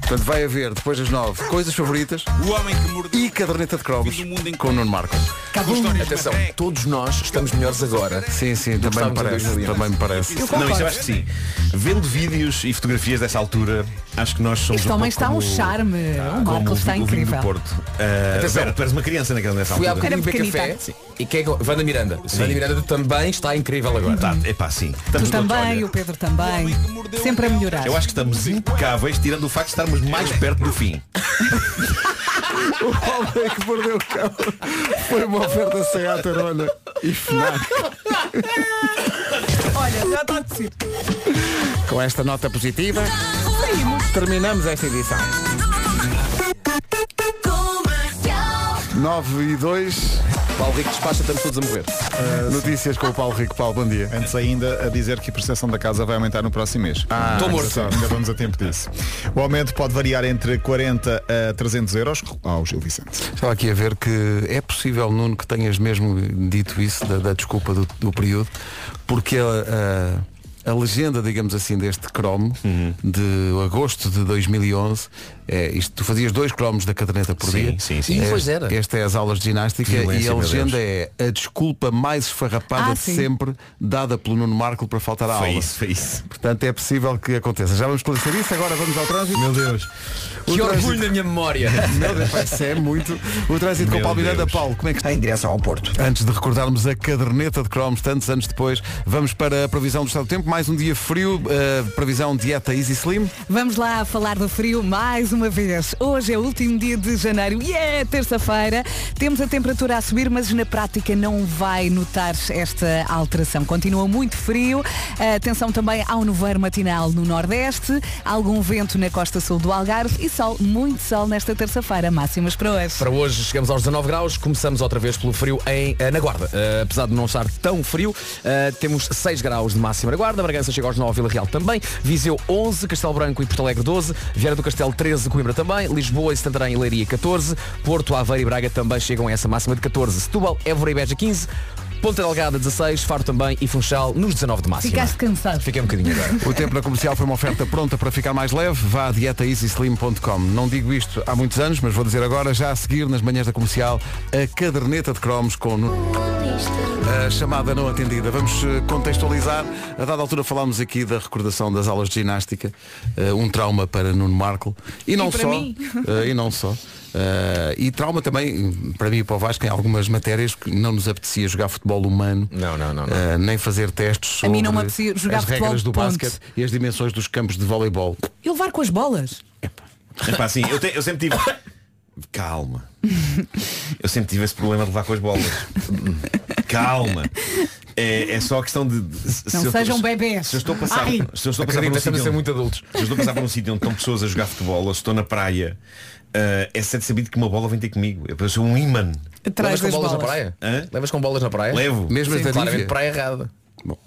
A: Portanto, vai haver, depois das 9, coisas favoritas
O: O homem que mordeu
A: e caderneta de cromos com o Nuno Marco.
K: Atenção, todos nós estamos melhores agora.
A: Sim, sim,
K: do que
A: também me
K: estávamos em
A: parece.
K: 2011.
A: Também me parece.
L: Não, isso é- eu acho que sim. Vendo vídeos e fotografias dessa altura, acho que nós somos
C: Este
L: um
C: homem
L: pouco
C: está um
L: como- Ah,
C: charme. O
L: como
C: Marco está
L: o vinho
C: incrível.
L: do Porto. Ah,
K: Atenção.
L: Vera, tu eras uma criança naquela nessa
K: Fui há
L: altura.
K: bocadinho
C: Era
K: beber café
C: pequenita.
K: sim. e quem é que... Vanda Miranda.
L: Sim.
K: Vanda Miranda também está incrível agora.
L: Tá, epá, sim.
C: Uhum. Tu
L: Estamos todos,
C: também,
L: olha,
C: o Pedro também. Sempre a melhorar.
L: Eu acho que estamos impecáveis, tirando o facto de estarmos mais perto do fim.
A: O homem que mordeu o cão foi uma oferta sem atarona e FNAC.
C: Olha, já está decidido.
A: Com esta nota positiva, terminamos esta edição. 9 e 2.
K: Paulo Rico despacha, estamos todos a morrer.
A: Notícias com o Paulo Rico. Paulo, bom dia.
I: Antes ainda a dizer que a percepção da casa vai aumentar no próximo mês.
A: Ah,
K: Tô morto.
I: atenção, Ainda vamos a tempo disso. O aumento pode variar entre 40 a 300 euros ao Gil Vicente.
A: Estava aqui a ver que é possível, Nuno, que tenhas mesmo dito isso da, da desculpa do, do período, porque a, a- a legenda, digamos assim, deste cromo
L: Uhum.
A: de agosto de 2011, é, isto, tu fazias dois cromos da caderneta por
L: Sim,
A: dia.
L: sim, sim.
A: Este-
L: Pois era.
A: Esta é as aulas de ginástica e
L: Violência,
A: a
L: meu
A: legenda é a desculpa mais esfarrapada
C: Ah,
A: de
C: sim.
A: sempre dada pelo Nuno Marco para faltar à
L: Foi
A: aula.
L: isso, foi isso.
A: Portanto, é possível que aconteça. Já vamos esclarecer isso, agora vamos ao trânsito. Meu Deus.
K: Que orgulho na minha memória.
A: Meu Deus, pá, isso é muito. O trânsito com o
L: Meu
A: Paulo Miranda.
L: Deus.
A: Paulo, como é que está?
B: Em direção ao Porto.
A: Antes de recordarmos a caderneta de cromos, tantos anos depois, vamos para a previsão do estado do tempo. Mais um dia frio, eh, previsão dieta Easy Slim.
C: Vamos lá falar do frio mais uma vez. Hoje é o último dia de janeiro e é terça-feira. Temos a temperatura a subir, mas na prática não vai notar esta alteração. Continua muito frio. Atenção também ao nevoeiro matinal no Nordeste, algum vento na costa sul do Algarve e sol, muito sol nesta terça-feira. Máximas para hoje.
K: Para hoje chegamos aos 19 graus, começamos outra vez pelo frio em, eh, na Guarda. Eh, apesar de não estar tão frio, eh, temos 6 graus de máxima na Guarda, Bragança chega aos 9, Vila Real também, Viseu 11, Castelo Branco e Porto Alegre 12, Vieira do Castelo 13, Coimbra também, Lisboa e Santarém e Leiria 14, Porto, Aveiro e Braga também chegam a essa máxima de 14, Setúbal, Évora e Beja 15, Ponta Delgada 16, Faro também e Funchal nos 19 de máxima.
C: Ficaste cansado.
K: Fiquei um bocadinho agora.
A: O tempo na comercial foi uma oferta pronta para ficar mais leve. Vá a dietaeasyslim.com. Não digo isto há muitos anos, mas vou dizer agora, já a seguir, nas manhãs da comercial, a caderneta de cromos com o Nuno- A chamada não atendida. Vamos eh, contextualizar. A dada altura falámos aqui da recordação das aulas de ginástica, eh, um trauma para Nuno Marco. E não
C: para
A: só.
C: mim.
A: eh, e não só. Eh, e trauma também, para mim e para o Vasco, em algumas matérias que não nos apetecia jogar futebol humano.
K: Não, não, não. não.
A: eh, nem fazer testes
C: A
A: sobre
C: mim não me apetecia jogar
A: as
C: futebol,
A: regras do
C: ponto.
A: basquete e as dimensões dos campos de voleibol.
C: Eu levar com as bolas?
L: Epá, assim, eu, te- eu sempre tive. Calma. Eu sempre tive esse problema de levar com as bolas. Calma. É, é só a questão de. de- se
C: Não
L: eu-
C: sejam
L: se-
C: bebés.
L: Se eu estou a passar,
C: Ai.
L: se eu estou a passar por
K: Acredito, estamos
L: um
K: a
L: sítio
K: ser
L: onde-
K: muito adultos.
L: se eu estou a passar por um sítio onde estão pessoas a jogar futebol ou se estou na praia, ah, é sempre sabido que uma bola vem ter comigo. Eu sou um imã.
C: Atrás
K: Levas com
C: das
K: bolas, na
C: bolas.
K: praia?
L: Hã?
K: Levas com bolas na praia?
L: Levo.
A: Mesmo as da
K: Claramente
A: Nívea.
K: praia errada.
A: Bom.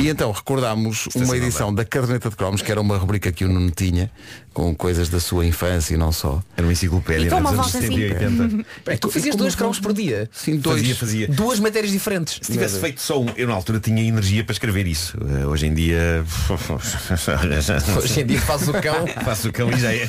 A: E então recordámos
K: é
A: uma edição da Caderneta de Cromos, que era uma rubrica que o Nuno tinha, com coisas da sua infância e não só.
L: Era uma enciclopédia
C: E toma
L: dos
C: a
L: anos
C: volta
L: 70
C: assim.
L: e 80.
A: É
K: Peraí, tu fazias
A: um
K: dois cromos por dia?
A: Sim, dois.
L: Fazia, é fazia.
K: Duas matérias diferentes.
L: Se tivesse feito só um, eu na altura tinha energia para escrever isso. Eh, hoje em dia.
K: Hoje em dia fazes o cão.
L: Faço o cão e já é.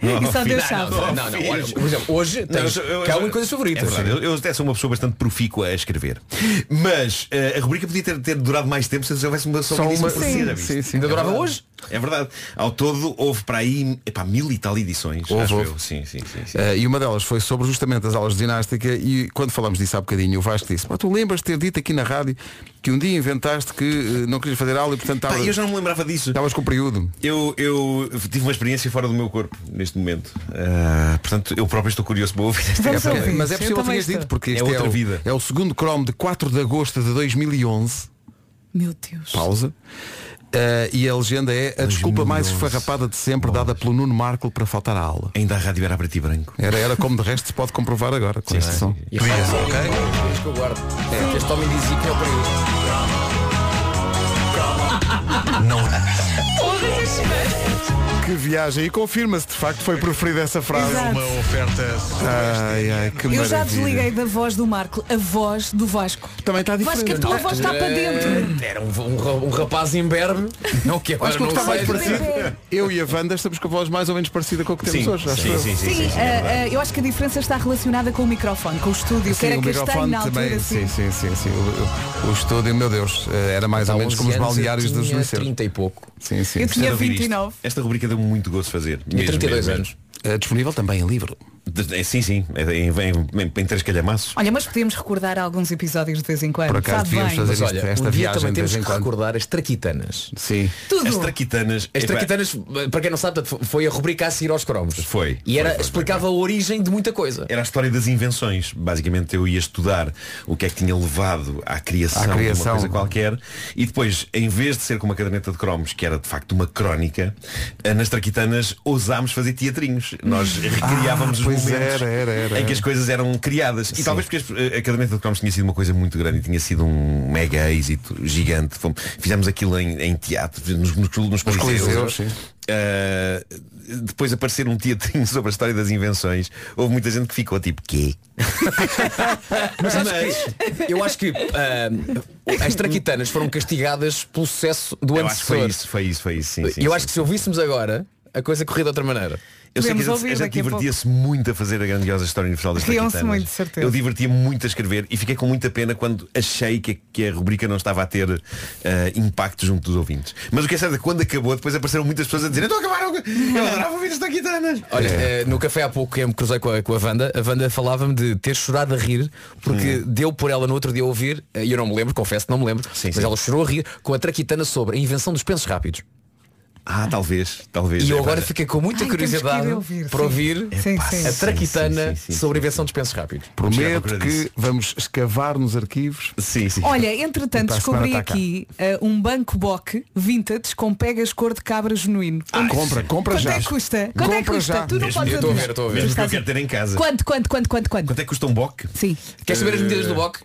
C: E só Deus sabe.
K: Não, não, não. Olha, por exemplo, hoje
L: Oh, Não,
K: tens
L: eu- eu-
K: cão e coisas favoritas.
L: É verdade, eu, eu até sou uma pessoa bastante profícua a escrever. Mas eh, a rubrica podia ter, ter durado mais tempo se houvesse uma só,
A: Só
L: edição
A: uma-
L: parecida,
A: Sim,
L: viste?
A: sim, sim.
K: Ainda
L: É
K: durava
L: verdade.
K: hoje?
L: É verdade. Ao todo houve para aí epá, mil e tal edições.
A: Houve,
L: acho
A: houve.
L: eu. Sim, sim, sim. sim.
A: Eh, e uma delas foi sobre justamente as aulas de ginástica e quando falámos disso há bocadinho o Vasco disse, "Pá, tu lembras de ter dito aqui na rádio que um dia inventaste que eh, não querias fazer aula e portanto
L: Pá,
A: estavas
L: eu já não me lembrava disso.
A: estavas com o período.
L: Eu, eu tive uma experiência fora do meu corpo neste momento. Ah, portanto, eu próprio estou curioso para ouvir esta
C: Vamos
L: ideia.
C: ouvir.
A: Mas é
C: Eu
A: possível que
C: também
A: tenhas
C: estou.
A: dito, porque
L: É
A: este é,
L: outra
A: o,
L: vida.
A: é o segundo cromo de 4 de agosto de 2011.
C: Meu Deus.
A: pausa. Eh, e a legenda é a desculpa mais esfarrapada de sempre dada pelo Nuno Marco para faltar à aula.
L: Ainda a rádio era preto e branco. é?
A: Era, era como de resto se pode comprovar agora com É, este som.
K: E repara, só um cromos que eu guardo. É, que Este homem dizia que é o período.
A: Que viagem! E confirma-se, de facto, foi preferida essa frase.
C: Exato.
A: Ai, ai, que
C: Eu já
A: maravilha.
C: desliguei da voz do Marco, a voz do Vasco.
A: Também está
C: Vasco, que a tua
A: diferente.
C: voz está para dentro.
K: Era um, um ra- um rapaz imberbe. Não que agora
A: Acho que o
K: não
A: que está mais
K: seja.
A: parecido, eu e a Wanda estamos com a voz mais ou menos parecida com o que temos hoje. acho eu.
L: sim, é
C: Sim, ah, ah, eu acho que a diferença está relacionada com o microfone, com o estúdio, que era
A: o
C: castanho
A: microfone
C: na altura.
A: também.
C: assim.
A: Sim, sim, sim, sim. O, o, o estúdio, meu Deus, eh, era mais ou menos como os
K: 11 Tá anos, eu
A: balneários da
K: tinha
A: Juíza.
K: 30 e pouco.
A: Sim, sim.
C: Eu tinha
L: Ouvir isto.
C: 29.
L: Esta rubrica deu-me muito gosto de fazer.
K: Tinha
L: Mesmo,
K: 32
L: mesmo,
K: anos.
A: Eh, disponível também em livro.
L: De- é, Sim, sim, é- é- vem em, em três calhamaços.
C: Olha, mas podemos recordar alguns episódios de vez em quando. Sabe bem.
K: Mas olha, um dia também temos que recordar as traquitanas.
A: Sim.
C: Tudo.
L: As
A: é
L: traquitanas.
K: As
L: epá,
K: traquitanas, para quem não sabe, portanto, foi a rubrica a seguir aos cromos.
L: Foi.
K: E era,
L: Foi, foi,
K: explicava a origem de muita coisa.
L: Era a história das invenções. Basicamente eu ia estudar o que é que tinha levado à criação,
A: À criação.
L: de uma coisa qualquer. E depois, em vez de ser com uma caderneta de cromos, que era de facto uma crónica, eh, nas traquitanas ousámos fazer teatrinhos. Nós recriávamos
A: Ah,
L: os
A: pois
L: momentos
A: era, era, era.
L: em
K: É.
L: que as coisas eram criadas. E talvez porque as- eh, a caderneta de cromos tinha sido uma coisa muito grande e tinha sido um mega êxito gigante. Fomos- Fizemos aquilo em, em teatro, nos, nos, nos
A: coliseus, sim.
L: Uh, depois aparecer um teatrinho sobre a história das invenções, houve muita gente que ficou tipo, quê?
K: Mas, sabes que eu acho que ah, as traquitanas foram castigadas pelo sucesso do
L: Eu acho que foi
K: antecessor.
L: isso, foi isso, foi isso. Sim, sim,
K: E eu
L: sim.
K: acho que se ouvíssemos agora, a coisa corria de outra maneira.
L: Eu sei que a gente, a gente divertia-se muito a fazer a grandiosa história universal das
K: Riam-se
L: Traquitanas.
K: muito, de certeza.
L: Eu divertia-me muito a escrever e fiquei com muita pena quando achei que, que a rubrica não estava a ter eh, impacto junto dos ouvintes. Mas o que é certo é que quando acabou, depois apareceram muitas pessoas a dizer, então acabaram, eu adorava ouvir as Traquitanas.
K: Olha,
L: É.
K: eh, no café há pouco eu me cruzei com a, com a Wanda, a Wanda falava-me de ter chorado a rir, porque
L: Hum.
K: deu por ela no outro dia a ouvir, eh, e eu não me lembro, confesso que não me lembro, mas ela chorou a rir com a traquitana sobre a invenção dos pensos rápidos.
L: Ah, talvez, talvez.
K: E eu
L: É,
K: agora
L: olha,
K: fiquei com muita
C: Ai, temos que ir
K: curiosidade
C: ouvir,
K: para
C: sim.
K: ouvir
C: Sim,
K: epá,
A: é
C: sim.
K: a traquitana
L: É Sim, sim, sim, sim,
K: sobre a invenção dos pensos rápidos.
A: Prometo que vamos escavar nos arquivos.
L: Sim, sim.
C: Olha, entretanto,
A: Para a
C: descobri
A: semana está cá.
C: aqui eh, um banco boc vintage com pegas cor de cabra genuíno.
A: Ah, compra, compra
C: Quanto
A: já.
C: é que custa? Quanto é que
A: Compra
C: custa?
A: já.
C: Tu não
A: Mesmo
C: podes
A: eu estou a ver,
C: adivinhar.
A: estou a ver.
C: Tu
L: Mesmo
C: estás
L: que eu quero ter em casa.
C: Quanto, quanto, quanto, quanto, quanto?
L: Quanto é que custa um boc?
C: Sim.
K: Queres saber as medidas do
L: Eh,
K: boc?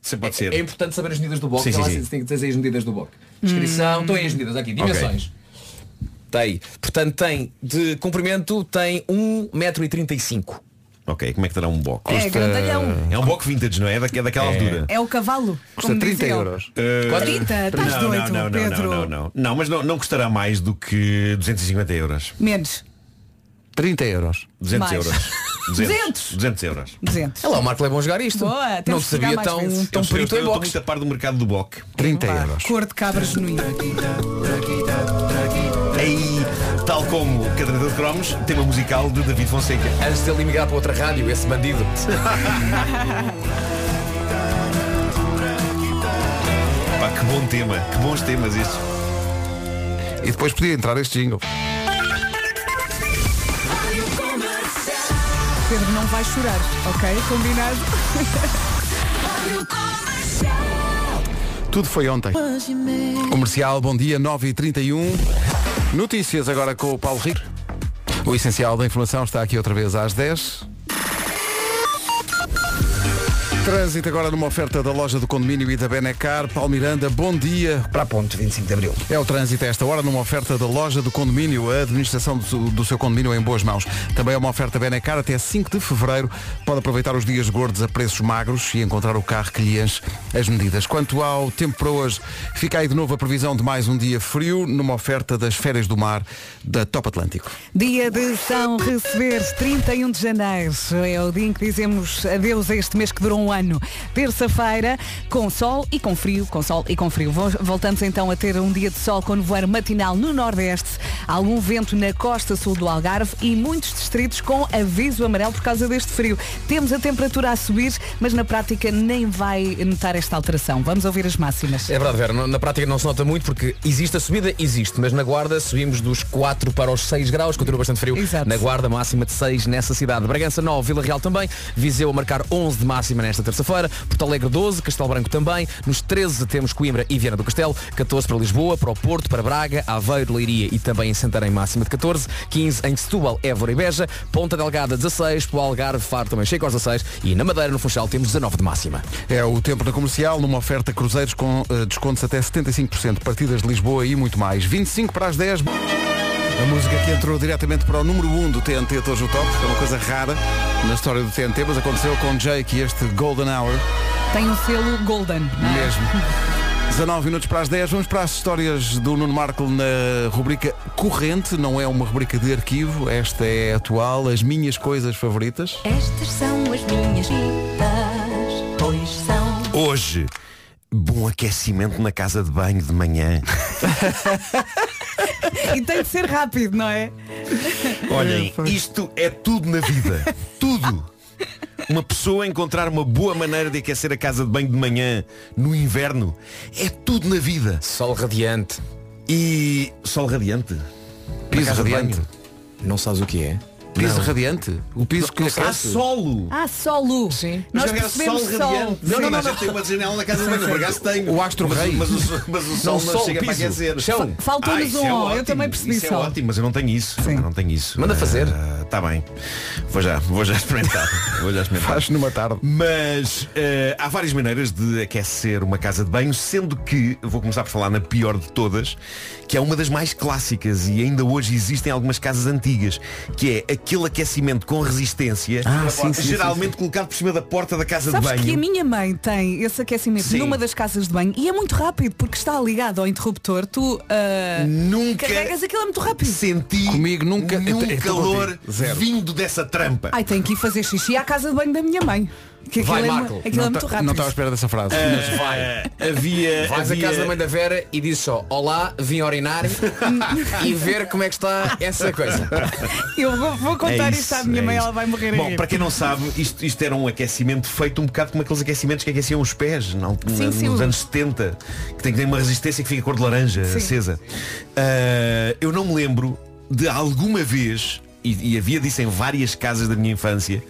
L: Sim, pode ser.
K: É importante saber as medidas do boc,
L: Sim,
K: então
L: sim,
K: lá
L: sim.
K: tem que dizer as medidas do boc. Descrição, estão aí as medidas aqui, dimensões. Tem. Portanto, tem de comprimento tem 1,35m.
L: Ok, como é que terá um boco?
C: É, grandalhão.
L: É um boco vintage, não é? É daque- daquela altura.
C: É o cavalo. como dizia ele.
L: Eh,
C: 30? Estás
L: não,
C: doido,
L: não, não,
C: Pedro?
L: Não, não, não, não. mas não, não custará mais do que 250 euros.
C: Menos.
A: 30 euros.
L: 200
C: Mais.
L: euros.
C: 200.
L: 200 euros.
C: 200.
K: É lá, o Marco é bom jogar isto.
C: Boa, temos
K: não
C: que jogar
K: sabia
C: mais
K: tão,
C: vezes.
K: tão
L: eu, sei, eu,
K: perito em
L: estou- eu estou
K: boxe.
L: muito a par do mercado do boc.
A: 30 euros.
C: Cor de cabra genuína.
L: Aí, tal como o Caderneta de Cromos, tema musical de David Fonseca.
K: Antes de ele emigrar para outra rádio, esse bandido.
L: Pá, que bom tema, que bons temas estes.
A: E depois podia entrar este jingle.
C: Pedro não vai chorar, ok? Combinado?
A: Tudo foi ontem. Comercial, bom dia, 9h31. Notícias agora com o Paulo Rico. O essencial da informação está aqui outra vez às 10. Trânsito agora numa oferta da loja do condomínio e da Benecar. Paulo Miranda, bom dia.
B: Para a ponte, 25 de Abril.
A: É o trânsito a esta hora numa oferta da loja do condomínio, a administração do, seu- do seu condomínio em boas mãos. Também é uma oferta Benecar até 5 de fevereiro. Pode aproveitar os dias gordos a preços magros e encontrar o carro que lhe enche as medidas. Quanto ao tempo para hoje, fica aí de novo a previsão de mais um dia frio numa oferta das férias do mar da Top Atlântico.
C: Dia de São Receber, 31 de janeiro. É o dia em que dizemos adeus a este mês que durou um ano. Terça-feira, com sol e com frio, com sol e com frio. Vol- Voltamos então a ter um dia de sol com nevoeiro matinal no Nordeste, algum vento na costa sul do Algarve e muitos distritos com aviso amarelo por causa deste frio. Temos a temperatura a subir, mas na prática nem vai notar esta alteração. Vamos ouvir as máximas.
K: É verdade, Vera, não- na prática não se nota muito porque existe a subida, existe, mas na Guarda subimos dos 4 para os 6 graus, continua bastante frio.
C: Exato.
K: Na Guarda máxima de 6 nessa cidade. Bragança 9, Vila Real também, Viseu a marcar 11 de máxima nesta terça-feira, Porto Alegre 12, Castelo Branco também, nos 13 temos Coimbra e Viana do Castelo, 14 para Lisboa, para o Porto, para Braga, Aveiro, Leiria e também em Santarém máxima de 14, 15 em Setúbal, Évora e Beja, Ponta Delgada 16, para o Algarve, Faro também chega aos 16 e na Madeira, no Funchal, temos 19 de máxima.
A: É o tempo na comercial, numa oferta cruzeiros com eh, descontos até 75%, partidas de Lisboa e muito mais. 25 para as 10. A música que entrou diretamente para o número 1 do TNT Todos no Top, que é uma coisa rara na história do TNT, mas aconteceu com Jake e este Golden Hour,
C: Tem o selo Golden. não é?
A: mesmo. 19 minutos para as 10, vamos para as histórias do Nuno Marco na rubrica corrente, não é uma rubrica de arquivo, esta é atual, as minhas coisas favoritas.
G: Estas são as minhas vidas, pois são.
L: Hoje, bom aquecimento na casa de banho de manhã.
C: E tem de ser rápido, não é?
L: Olhem, isto é tudo na vida. tudo. Uma pessoa encontrar uma boa maneira de aquecer a casa de banho de manhã no inverno é tudo na vida.
K: Sol radiante.
L: E sol radiante.
A: Piso radiante.
K: Não sabes o que é?
A: Piso
K: Não.
A: radiante. O piso que
K: Há
A: aquece.
L: solo.
C: Ah, solo. Sim. Nós
L: é
C: percebemos
L: um
C: sol.
L: Não, não, não,
C: Sim.
L: não. Tem uma janela na casa de banho. Não, por acaso tenho.
A: O astro
L: mas,
A: rei.
L: Mas, o, mas o sol
A: Não,
L: não,
A: sol,
L: chega
A: piso.
L: para aquecer.
A: Chão.
C: Faltou-nos
L: Ah, isso
C: um,
L: é
C: eu
L: ótimo,
C: também percebi
L: isso
C: sol.
L: É ótimo, mas eu não tenho isso. Eu não tenho isso.
K: Manda fazer.
L: Está bem. Vou já, vou já experimentar. vou já experimentar.
A: Faz numa tarde.
L: Mas eh, há várias maneiras de aquecer uma casa de banho, sendo que, eu vou começar por falar na pior de todas, que é uma das mais clássicas e ainda hoje existem algumas casas antigas, que é aquele aquecimento com resistência,
K: Ah, sim, sim,
L: geralmente colocado por cima da porta da casa
C: Sabes
L: de é banho.
C: que a minha mãe tem esse aquecimento
L: Sim.
C: numa das casas de banho e é muito rápido porque está ligado ao interruptor. Tu ah,
L: Nunca
C: carregas aquilo é muito rápido.
L: Senti
A: comigo nunca
K: Então,
L: nenhum
A: eu tô
L: calor
A: contigo. Zero.
L: vindo dessa trampa.
C: Ai, tenho que ir fazer xixi à casa de banho da minha mãe. Que aquilo
K: Vai,
C: é, mu-
K: Marco.
C: aquilo
A: Não
C: é muito
A: ta- Não
C: rápido.
A: estava à espera dessa frase.
L: Eh,
A: Mas vai.
L: Havia,
K: Vais à
L: havia-
K: casa da mãe da Vera e dizes só Olá, vim orinar e ver como é que está essa coisa.
C: Eu vou, vou contar
L: É
C: isto,
L: isso,
C: à minha
L: é
C: mãe,
L: isso.
C: ela vai morrer a
L: Bom,
C: rir.
L: para quem não sabe, isto, isto era um aquecimento feito um bocado como aqueles aquecimentos que aqueciam os pés na, altura-
C: Sim, sim,
L: nos
C: o-
L: anos 70, que tem, tem uma resistência que fica cor de laranja
C: Sim.
L: acesa. Ah, eu não me lembro de alguma vez, e, e havia disso em várias casas da minha infância,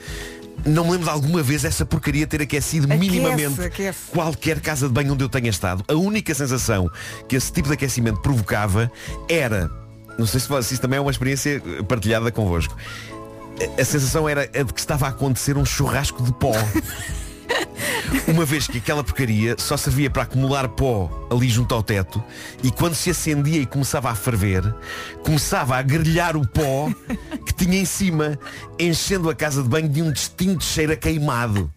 L: não me lembro de alguma vez essa porcaria ter aquecido
C: Aquece,
L: minimamente
C: aquece.
L: qualquer casa de banho onde eu tenha estado, a única sensação que esse tipo de aquecimento provocava era, não sei se vocês- se isso também é uma experiência partilhada convosco, a- a sensação era a de que estava a acontecer um churrasco de pó. Uma vez que aquela porcaria só servia para acumular pó ali junto ao teto e quando se acendia e começava a ferver, começava a grelhar o pó que tinha em cima, enchendo a casa de banho de um distinto cheiro a queimado.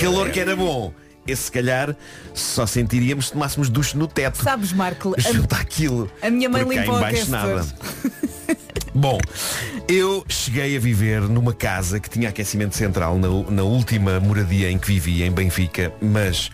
L: Calor que era bom. Esse se calhar só sentiríamos se tomássemos duche no teto.
C: Sabes, Marco,
L: Junta aquilo.
C: a, a minha mãe
L: porque cá
C: limpou o
L: embaixo
C: aquecedor.
L: nada. Bom, eu cheguei a viver numa casa que tinha aquecimento central na, u- na última moradia em que vivi, em Benfica, mas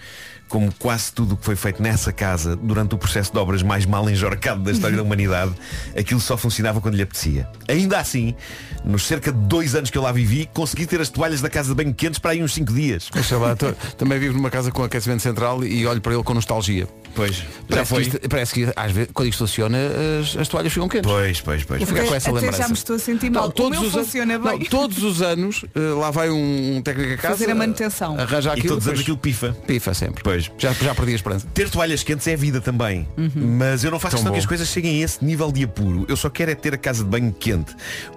L: como quase tudo o que foi feito nessa casa durante o processo de obras mais mal enjorcado da história da humanidade, aquilo só funcionava quando lhe apetecia. Ainda assim, nos cerca de dois anos que eu lá vivi, consegui ter as toalhas da casa de banho quentes para aí uns cinco dias.
A: Deixa lá, tô- também vivo numa casa com aquecimento central e olho para ele com nostalgia.
L: Pois, já
A: Parece que,
L: foi.
A: isto- é- parece que às vezes, quando isto aciona, as, as toalhas ficam quentes.
L: Pois, pois, pois.
A: Vou ficar com essa
C: Até
A: lembrança.
C: já me estou a sentir mal.
A: Não, todos
C: o meu
A: os anos,
C: funciona
A: não,
C: bem.
A: todos os anos eh, lá vai um, um técnico a casa
C: Fazer a manutenção.
A: arranja
L: E
A: aquilo,
L: todos os anos
A: depois
L: aquilo pifa.
A: pifa sempre.
L: Pois.
A: Já, já perdi a esperança.
L: Ter toalhas quentes é vida também. Mas eu não faço
A: Uhum. Tão bom.
L: questão que as coisas cheguem a esse nível de apuro. Eu só quero é ter a casa de banho quente.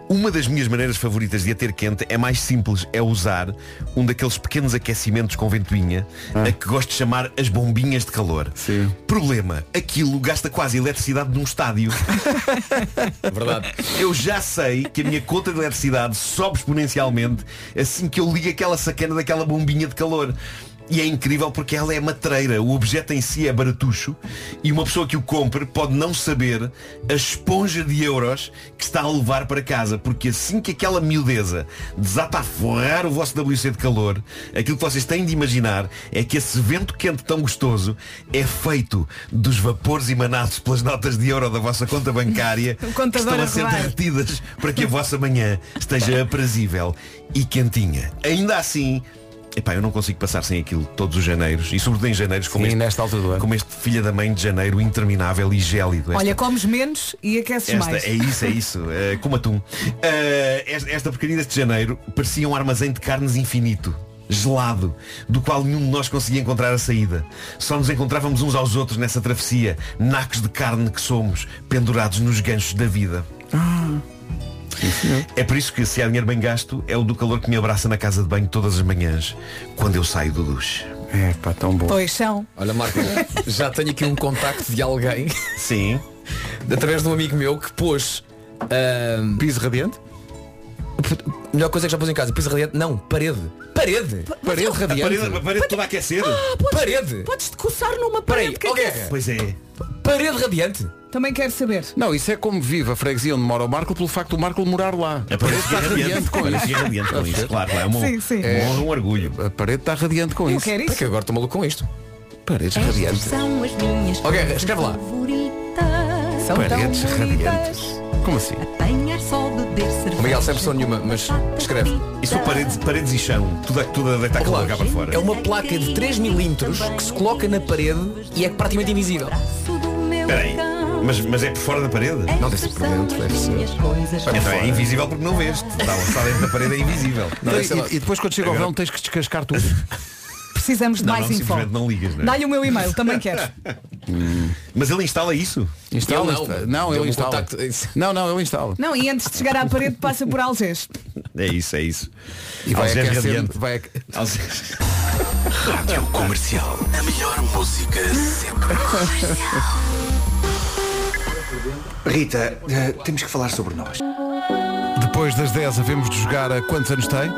L: Uma das minhas maneiras favoritas de a ter quente é mais simples, é usar um daqueles pequenos aquecimentos com ventoinha, a que gosto de chamar as bombinhas de calor.
A: Ah. Sim.
L: Problema, aquilo gasta quase a eletricidade de um estádio.
K: Verdade.
L: Eu já sei que a minha conta de eletricidade sobe exponencialmente assim que eu ligo aquela sacana daquela bombinha de calor. E é incrível porque ela é matreira, o objeto em si é baratucho e uma pessoa que o compre pode não saber a esponja de euros que está a levar para casa, porque assim que aquela miudeza desata a forrar o vosso WC de calor, aquilo que vocês têm de imaginar é que esse vento quente tão gostoso é feito dos vapores emanados pelas notas de euro da vossa conta bancária
C: O Um contador
L: que
C: a
L: estão a
C: rodar.
L: ser derretidas para que a vossa manhã esteja aprazível e quentinha. Ainda assim, epá, eu não consigo passar sem aquilo todos os janeiros e sobretudo em janeiros como,
A: Sim,
L: este,
A: nesta altura do ano.
L: como este filha da mãe de janeiro interminável e gélido. Esta-
C: Olha, comes menos e aqueces
L: esta,
C: mais.
L: é isso, é isso. Uh, como atum. Uh, esta, esta porcaria deste janeiro parecia um armazém de carnes infinito. Gelado, do qual nenhum de nós conseguia encontrar a saída. Só nos encontrávamos uns aos outros nessa travessia, nacos de carne que somos, pendurados nos ganchos da vida. É por isso que se há dinheiro bem gasto, é o do calor que me abraça na casa de banho todas as manhãs, quando eu saio do duche.
A: É pá, tão bom.
C: Pois são.
K: Olha, Marco, já tenho aqui um contacto de alguém,
L: Sim.
K: através de um amigo meu, que pôs. ahm,
A: Piso radiante?
K: melhor coisa é que já pôs em casa, piso radiante. Não, parede. Parede! Parede
L: A
K: radiante.
L: parede, a parede toda a aquecer.
K: Parede!
C: Podes te coçar numa
K: Peraí,
C: parede que
K: ó
C: aquece.
K: Guerra,
L: Pois é.
K: parede radiante.
C: Também quero saber.
A: Não, isso é como vive a freguesia onde mora o Marco pelo facto do Marco morar lá.
L: A parede fica
A: está
L: É radiante com isso. radiante com isso. Claro, é uma
C: Sim, sim.
L: uma honra, um orgulho.
A: A parede está radiante com
C: Eu
A: isso.
C: quero
K: Para que
C: isso.
K: eu agora estou maluco com isto?
A: Paredes radiantes.
G: São as minhas
K: Ó Guerra, escreve lá.
G: favoritas.
C: São
L: Paredes
C: tão bonitas.
L: Como assim?
G: Apanhar só beber cerveja.
L: Miguel, sem pressão nenhuma, mas escreve. Isso é são paredes, paredes e chão. Tudo, tudo a deitar com a cá para fora.
G: É uma placa de 3 milímetros que se coloca na parede e é praticamente invisível.
L: Espera aí. Mas, mas é por fora da parede? Não, deve ser por dentro, deve ser. Então é invisível porque não vês. Está está dentro da parede é invisível.
A: Então, e, e depois quando chega ao verão tens que descascar tudo.
C: Precisamos de
L: Não,
C: mais
L: não,
C: info.
L: simplesmente não ligas, não é?
C: Dá-lhe o meu e-mail, também quero.
L: Mas ele instala isso?
A: Instala,
L: Ele não.
A: instala. Não,
K: é
L: Deu-me
A: ele
L: um
A: instala.
L: contacto.
A: Não, não, ele instala.
C: Não, e antes de chegar à parede passa por Algés.
L: É isso, é isso.
A: E vai
L: Algés
A: aquecendo,
L: radiante.
A: vai
L: Rádio comercial.
G: A melhor música sempre.
P: Rita, eh, temos que falar sobre nós.
A: Depois das 10 havemos de jogar a quantos anos tem.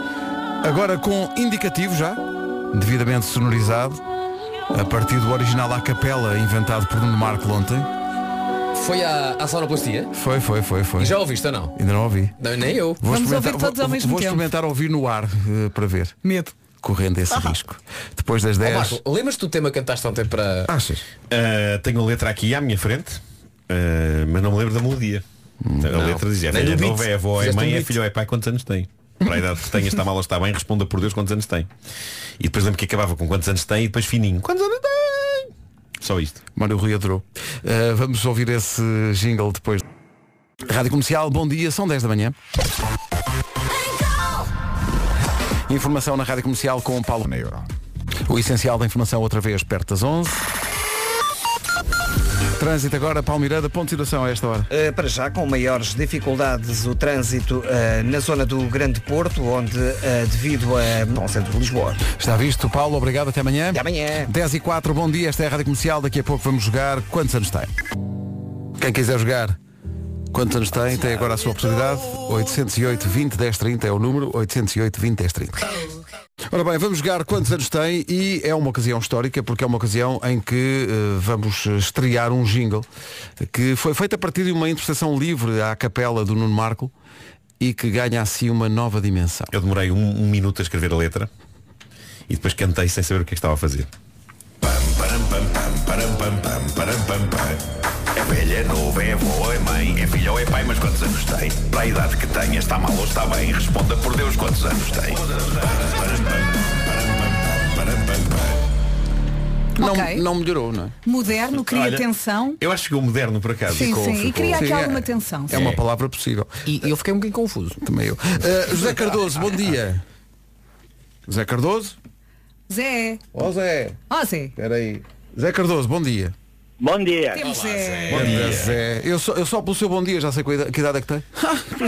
A: Agora com indicativo já, devidamente sonorizado, a partir do original à capela inventado por Nuno Marco ontem.
K: Foi à, à sonoplastia?
A: Foi, foi, foi, foi.
K: E já ouviste ou não?
A: Ainda não ouvi.
K: Não, nem eu.
A: Vou experimentar- vou, vou experimentar ouvir no ar eh, para ver.
C: Medo.
A: Correndo esse risco. Depois das
K: Ó,
A: 10.
K: Marco, lembras-te do tema que cantaste ontem para.
A: Achas?
L: Ah, tenho a letra aqui à minha frente, ah, mas não me lembro da melodia. a
K: Não.
L: letra dizia,
K: Nem
L: velha
K: do beat.
L: nova é avó, é
K: Fizeste um
L: mãe, é
K: beat.
L: filho, é pai, quantos anos tem? Para a idade que tem, está mal ou está bem, responda por Deus quantos anos tem. E depois lembro que acabava com quantos anos tem e depois fininho. Quantos anos tem? Só isto.
A: Mário Rui adorou. Eh, vamos ouvir esse jingle depois. Rádio Comercial, bom dia, são 10 da manhã. Informação na Rádio Comercial com o Paulo Neuro. O essencial da informação outra vez perto das 11. Trânsito agora, Palmeirada, ponto de situação a esta hora.
B: Uh, para já, com maiores dificuldades, o trânsito uh, na zona do Grande Porto, onde, uh, devido a. não, centro de Lisboa.
A: Está visto, Paulo, obrigado, até amanhã. Até
B: amanhã.
A: 10 e 4, bom dia, esta é a Rádio Comercial, daqui a pouco vamos jogar quantos anos tem. Quem quiser jogar quantos anos tem, tem agora a sua oportunidade. 808 20 10 30 é o número, 808 20 10 30. Ora bem, vamos jogar quantos anos tem e é uma ocasião histórica porque é uma ocasião em que eh, vamos estrear um jingle que foi feito a partir de uma interpretação livre à capela do Nuno Marco e que ganha assim uma nova dimensão.
L: Eu demorei um, um minuto a escrever a letra e depois cantei sem saber o que é que estava a fazer.
Q: É velha, é nova, é avó, é mãe, é filha ou é pai, mas quantos anos tem? Para a idade que tenha, está mal ou está bem? Responda por Deus quantos anos tem.
A: Não,
C: Ok.
A: não melhorou, não é?
C: Moderno, cria
L: Olha,
C: tensão.
L: Eu acho que chegou moderno por acaso.
C: Sim, sim. E cria aqui alguma tensão.
A: É uma palavra possível.
K: E eu fiquei um bocadinho confuso.
A: Também eu. Eh, José Cardoso, bom dia. José Cardoso?
C: Zé.
A: Ó Zé,
C: Ó Zé.
A: espera aí. Zé Cardoso, bom dia.
F: Bom dia.
C: Temos Zé.
A: Bom dia, Zé. Eu só, eu só pelo seu bom dia já sei que idade, que idade é que tem.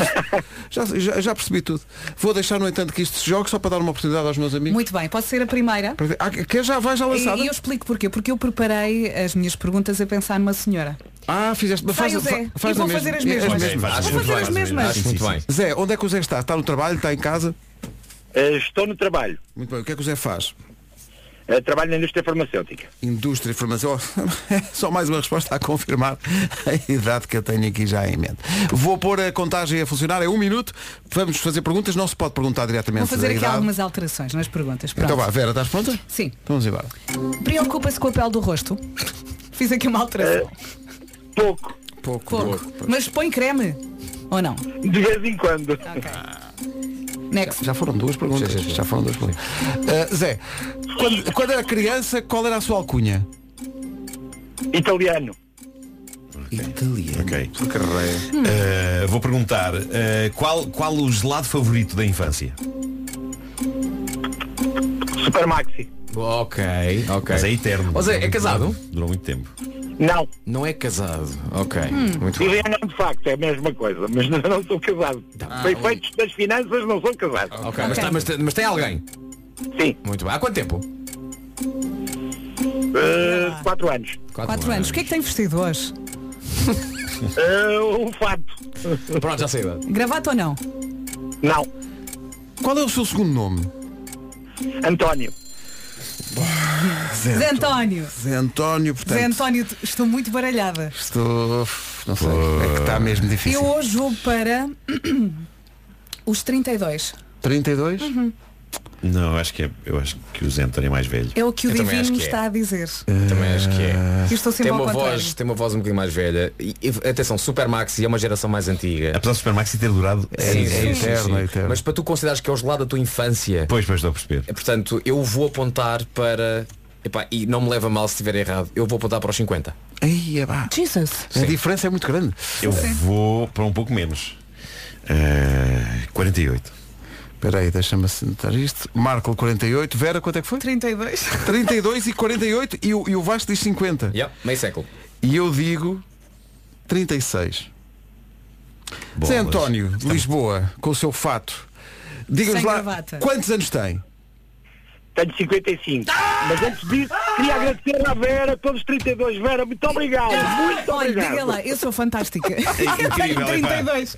A: já, já, já percebi tudo. Vou deixar, no entanto, que isto se jogue só para dar uma oportunidade aos meus amigos.
C: Muito bem, pode ser a primeira.
A: Ah, quer já vai já lançada?
C: E, e eu explico porquê. Porque eu preparei as minhas perguntas a pensar numa senhora.
A: Ah, fizeste.
C: Sai o Zé.
A: faz
C: E vou
A: a
C: fazer
A: mesma.
C: as mesmas.
A: É,
C: Ok, faz. Vou fazer as mesmas.
A: Acho muito bem. Zé, onde é que o Zé está? Está no trabalho? Está em casa?
F: Eh, estou no trabalho.
A: Muito bem. O que é que o Zé faz?
F: Eh, trabalho na indústria farmacêutica.
A: Indústria e farmácia. Só mais uma resposta a confirmar a idade que eu tenho aqui já em mente. Vou pôr a contagem a funcionar, é um minuto. Vamos fazer perguntas, não se pode perguntar diretamente
C: Vou
A: da
C: fazer aqui
A: idade.
C: algumas alterações nas perguntas. Pronto.
A: Então vá, Vera, estás pronta? Então
C: Sim.
A: Vamos embora.
C: Preocupa-se com a pele do rosto? Fiz aqui uma alteração.
L: É.
F: pouco.
A: Pouco,
C: pouco. Mas põe creme? Ou não?
F: De vez em quando.
C: Next.
A: Já foram duas perguntas. Já foram duas perguntas. Ah, Zé, quando, quando era criança, qual era a sua alcunha?
F: Italiano.
A: Italiano.
L: Ok. Eh, vou perguntar eh, qual, qual o gelado favorito da infância?
F: Super Maxi.
K: Ok, ok.
L: Mas é eterno.
K: Ó Zé, é
L: Durou
K: casado?
L: muito- Durou muito tempo.
F: Não.
K: Não é casado. Ok. Muito bem. Tá
F: Italiano de facto é a mesma coisa, mas não, não sou casado. Para efeitos das finanças não sou casado.
K: Ok, Mas, tá- mas tem- mas tem alguém?
F: Sim.
K: Muito bem. Há quanto tempo?
F: Eh, quatro anos.
C: Quatro anos. O que é que tem vestido hoje?
F: Eh, um fato.
K: Pronto, já sei.
C: Gravata ou não?
F: Não.
A: Qual é o seu segundo nome?
F: António.
C: Zé António.
A: Zé António, portanto.
C: Zé António, t- estou muito baralhada.
A: Estou. Não sei. É que está mesmo difícil.
C: Eu hoje vou para os 32.
A: 32?
L: Não, eu acho que, é, eu acho que o Zé António é mais velho.
C: É o que o
L: Eu também acho
C: divino
L: que é.
C: está a dizer.
K: Também acho que é.
C: Eu estou sempre
K: tem
C: ao
K: uma
C: contrário.
K: voz, tem uma voz um bocadinho mais velha. E, e, atenção, Super Maxi é uma geração mais antiga.
L: Apesar do Super Maxi ter durado
K: É, Sim,
L: anos.
K: sim, sim, sim. Mas para tu considerares que é o gelado da tua infância.
L: Pois, pois estou a perceber.
K: É, Portanto, eu vou apontar para. Epá, e não me leva a mal se estiver errado. Eu vou apontar para os 50.
A: Aí, é pá.
C: Jesus.
A: A diferença é muito grande.
L: Eu
A: Sim.
L: vou para um pouco menos. Eh, 48.
A: Espera aí, deixa-me assentar isto. Marco 48. Vera, quanto é que foi?
C: 32.
A: 32 e 48 e o, e o Vasco diz 50.
K: Yep, meio século.
A: E eu digo 36. Zé António, de Lisboa, com o seu fato. Diga-nos
F: Sem
A: lá,
F: gravata.
A: quantos anos tem?
F: Tenho 55.
C: Tá!
F: Mas antes disso,
C: Ah!
F: queria agradecer à Vera, todos os 32. Vera, muito obrigado. Muito
C: Olha,
F: obrigado.
C: diga lá, eu sou fantástica.
F: incrível,
C: Tenho
F: é pá.
C: 32.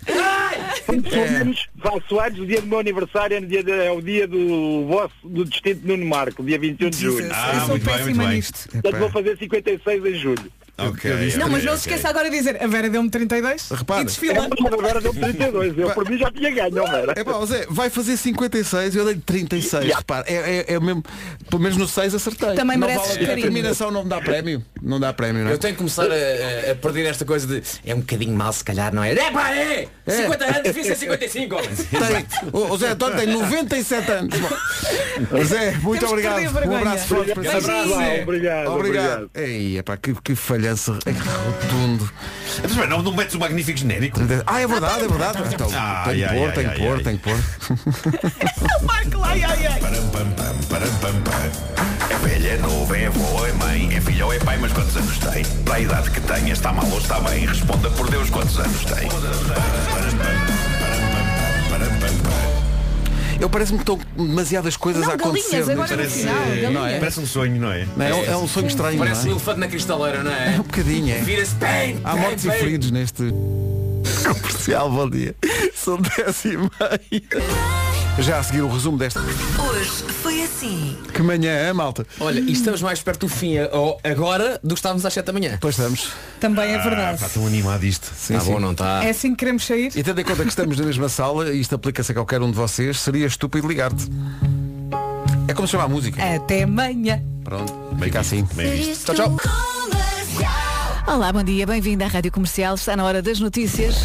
F: Quando somos valsoados, o dia do meu aniversário é, no dia de- é o dia do vosso, do distrito de Nuno Marco, dia 21 de julho.
L: Ah, eu sou muito bem, péssima muito bem. nisto.
F: Portanto, vou fazer 56 em julho.
L: é, Ok.
C: Não, mas não se esqueça agora de dizer, a Vera deu-me 32 e
F: É,
C: desfila.
F: mas agora deu 32. Eu por mim já tinha ganho, não era?
A: É pá, Zé, vai fazer 56, eu dei 36.
F: Yeah.
A: Repara, é, é, é mesmo, pelo menos no 6 acertei.
K: Também
A: não
K: mereces
A: vale, a
K: carinho.
A: terminação não me dá prémio. Não dá prémio, não é?
K: Eu tenho que começar a, a- a perder esta coisa de é um bocadinho mal se calhar, não é? É pá, é!
A: É.
K: 50 anos, devia ser 55, homem.
A: Tem, o o Zé António tem 97 anos. Bom, Zé, muito
K: Temos que
A: obrigado.
K: perder a
A: Um
K: vergonha.
A: abraço forte para
K: Beijinho.
A: si.
K: Abraço, Zé. Obrigado,
A: Obrigado. Ei, epá, que, que falhança é que rotundo.
L: Não, não metes o magnífico genérico.
A: Ah, é verdade, é verdade. Então,
L: Ai,
A: tem que
L: ai,
A: pôr,
L: ai,
A: tem que
L: ai,
A: pôr,
L: ai.
A: tem que pôr.
C: Marco, ai, ai, ai.
L: Param, pam, pam, param, pam, pam. É velha, é novo, é avô, é mãe, é filha ou é pai, mas quantos anos tem? Para a idade que tem, está mal ou está bem? Responda por Deus quantos anos tem.
A: Eu parece-me que estão demasiadas coisas
L: Não,
A: a acontecer.
L: galinhas, agora
A: neste-
L: no Parece- final, galinhas. Parece um sonho, não é?
A: Não, é, um- é um sonho estranho.
K: Parece
A: não
K: um elefante na cristaleira, não é? É um
A: bocadinho, é.
K: Vira-se bem.
A: Há mortes e feridos neste comercial, bom dia. São 10 e meia. Já a seguir o resumo desta.
G: Hoje foi assim.
A: Que manhã é, malta?
K: Olha, e estamos mais perto do fim a- ao- agora do que estávamos às 7 da manhã.
A: Pois estamos.
C: Também é verdade.
L: tão animado isto.
K: Está bom, não tá. está?
C: É assim que queremos sair?
A: E tendo em conta que estamos na mesma sala, e isto aplica-se a qualquer um de vocês, seria estúpido ligar-te. É como se chama a música.
C: Até amanhã.
A: Pronto, fica assim.
C: Tchau, tchau.
R: Olá, bom dia, bem-vindo à Rádio Comercial. Está na hora das notícias.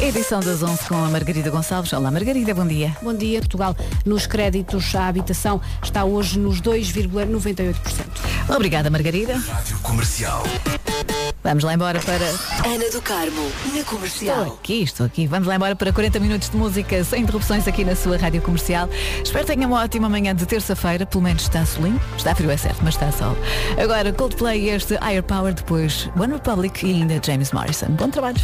R: Edição das 11 com a Margarida Gonçalves. Olá, Margarida, bom dia.
S: Bom dia, Portugal. Nos créditos à habitação está hoje nos 2,98%.
R: Obrigada, Margarida.
G: Comercial.
R: Vamos lá embora para.
G: Ana do Carmo, na
R: Estou
G: comercial.
R: aqui, estou aqui. Vamos lá embora para 40 minutos de música sem interrupções aqui na sua Rádio Comercial. Espero que tenha uma ótima manhã de terça-feira. Pelo menos está solinho. Está frio, é certo, mas está sol. Agora Coldplay e este Higher Power, depois One Republic e ainda James Morrison. Bom trabalho.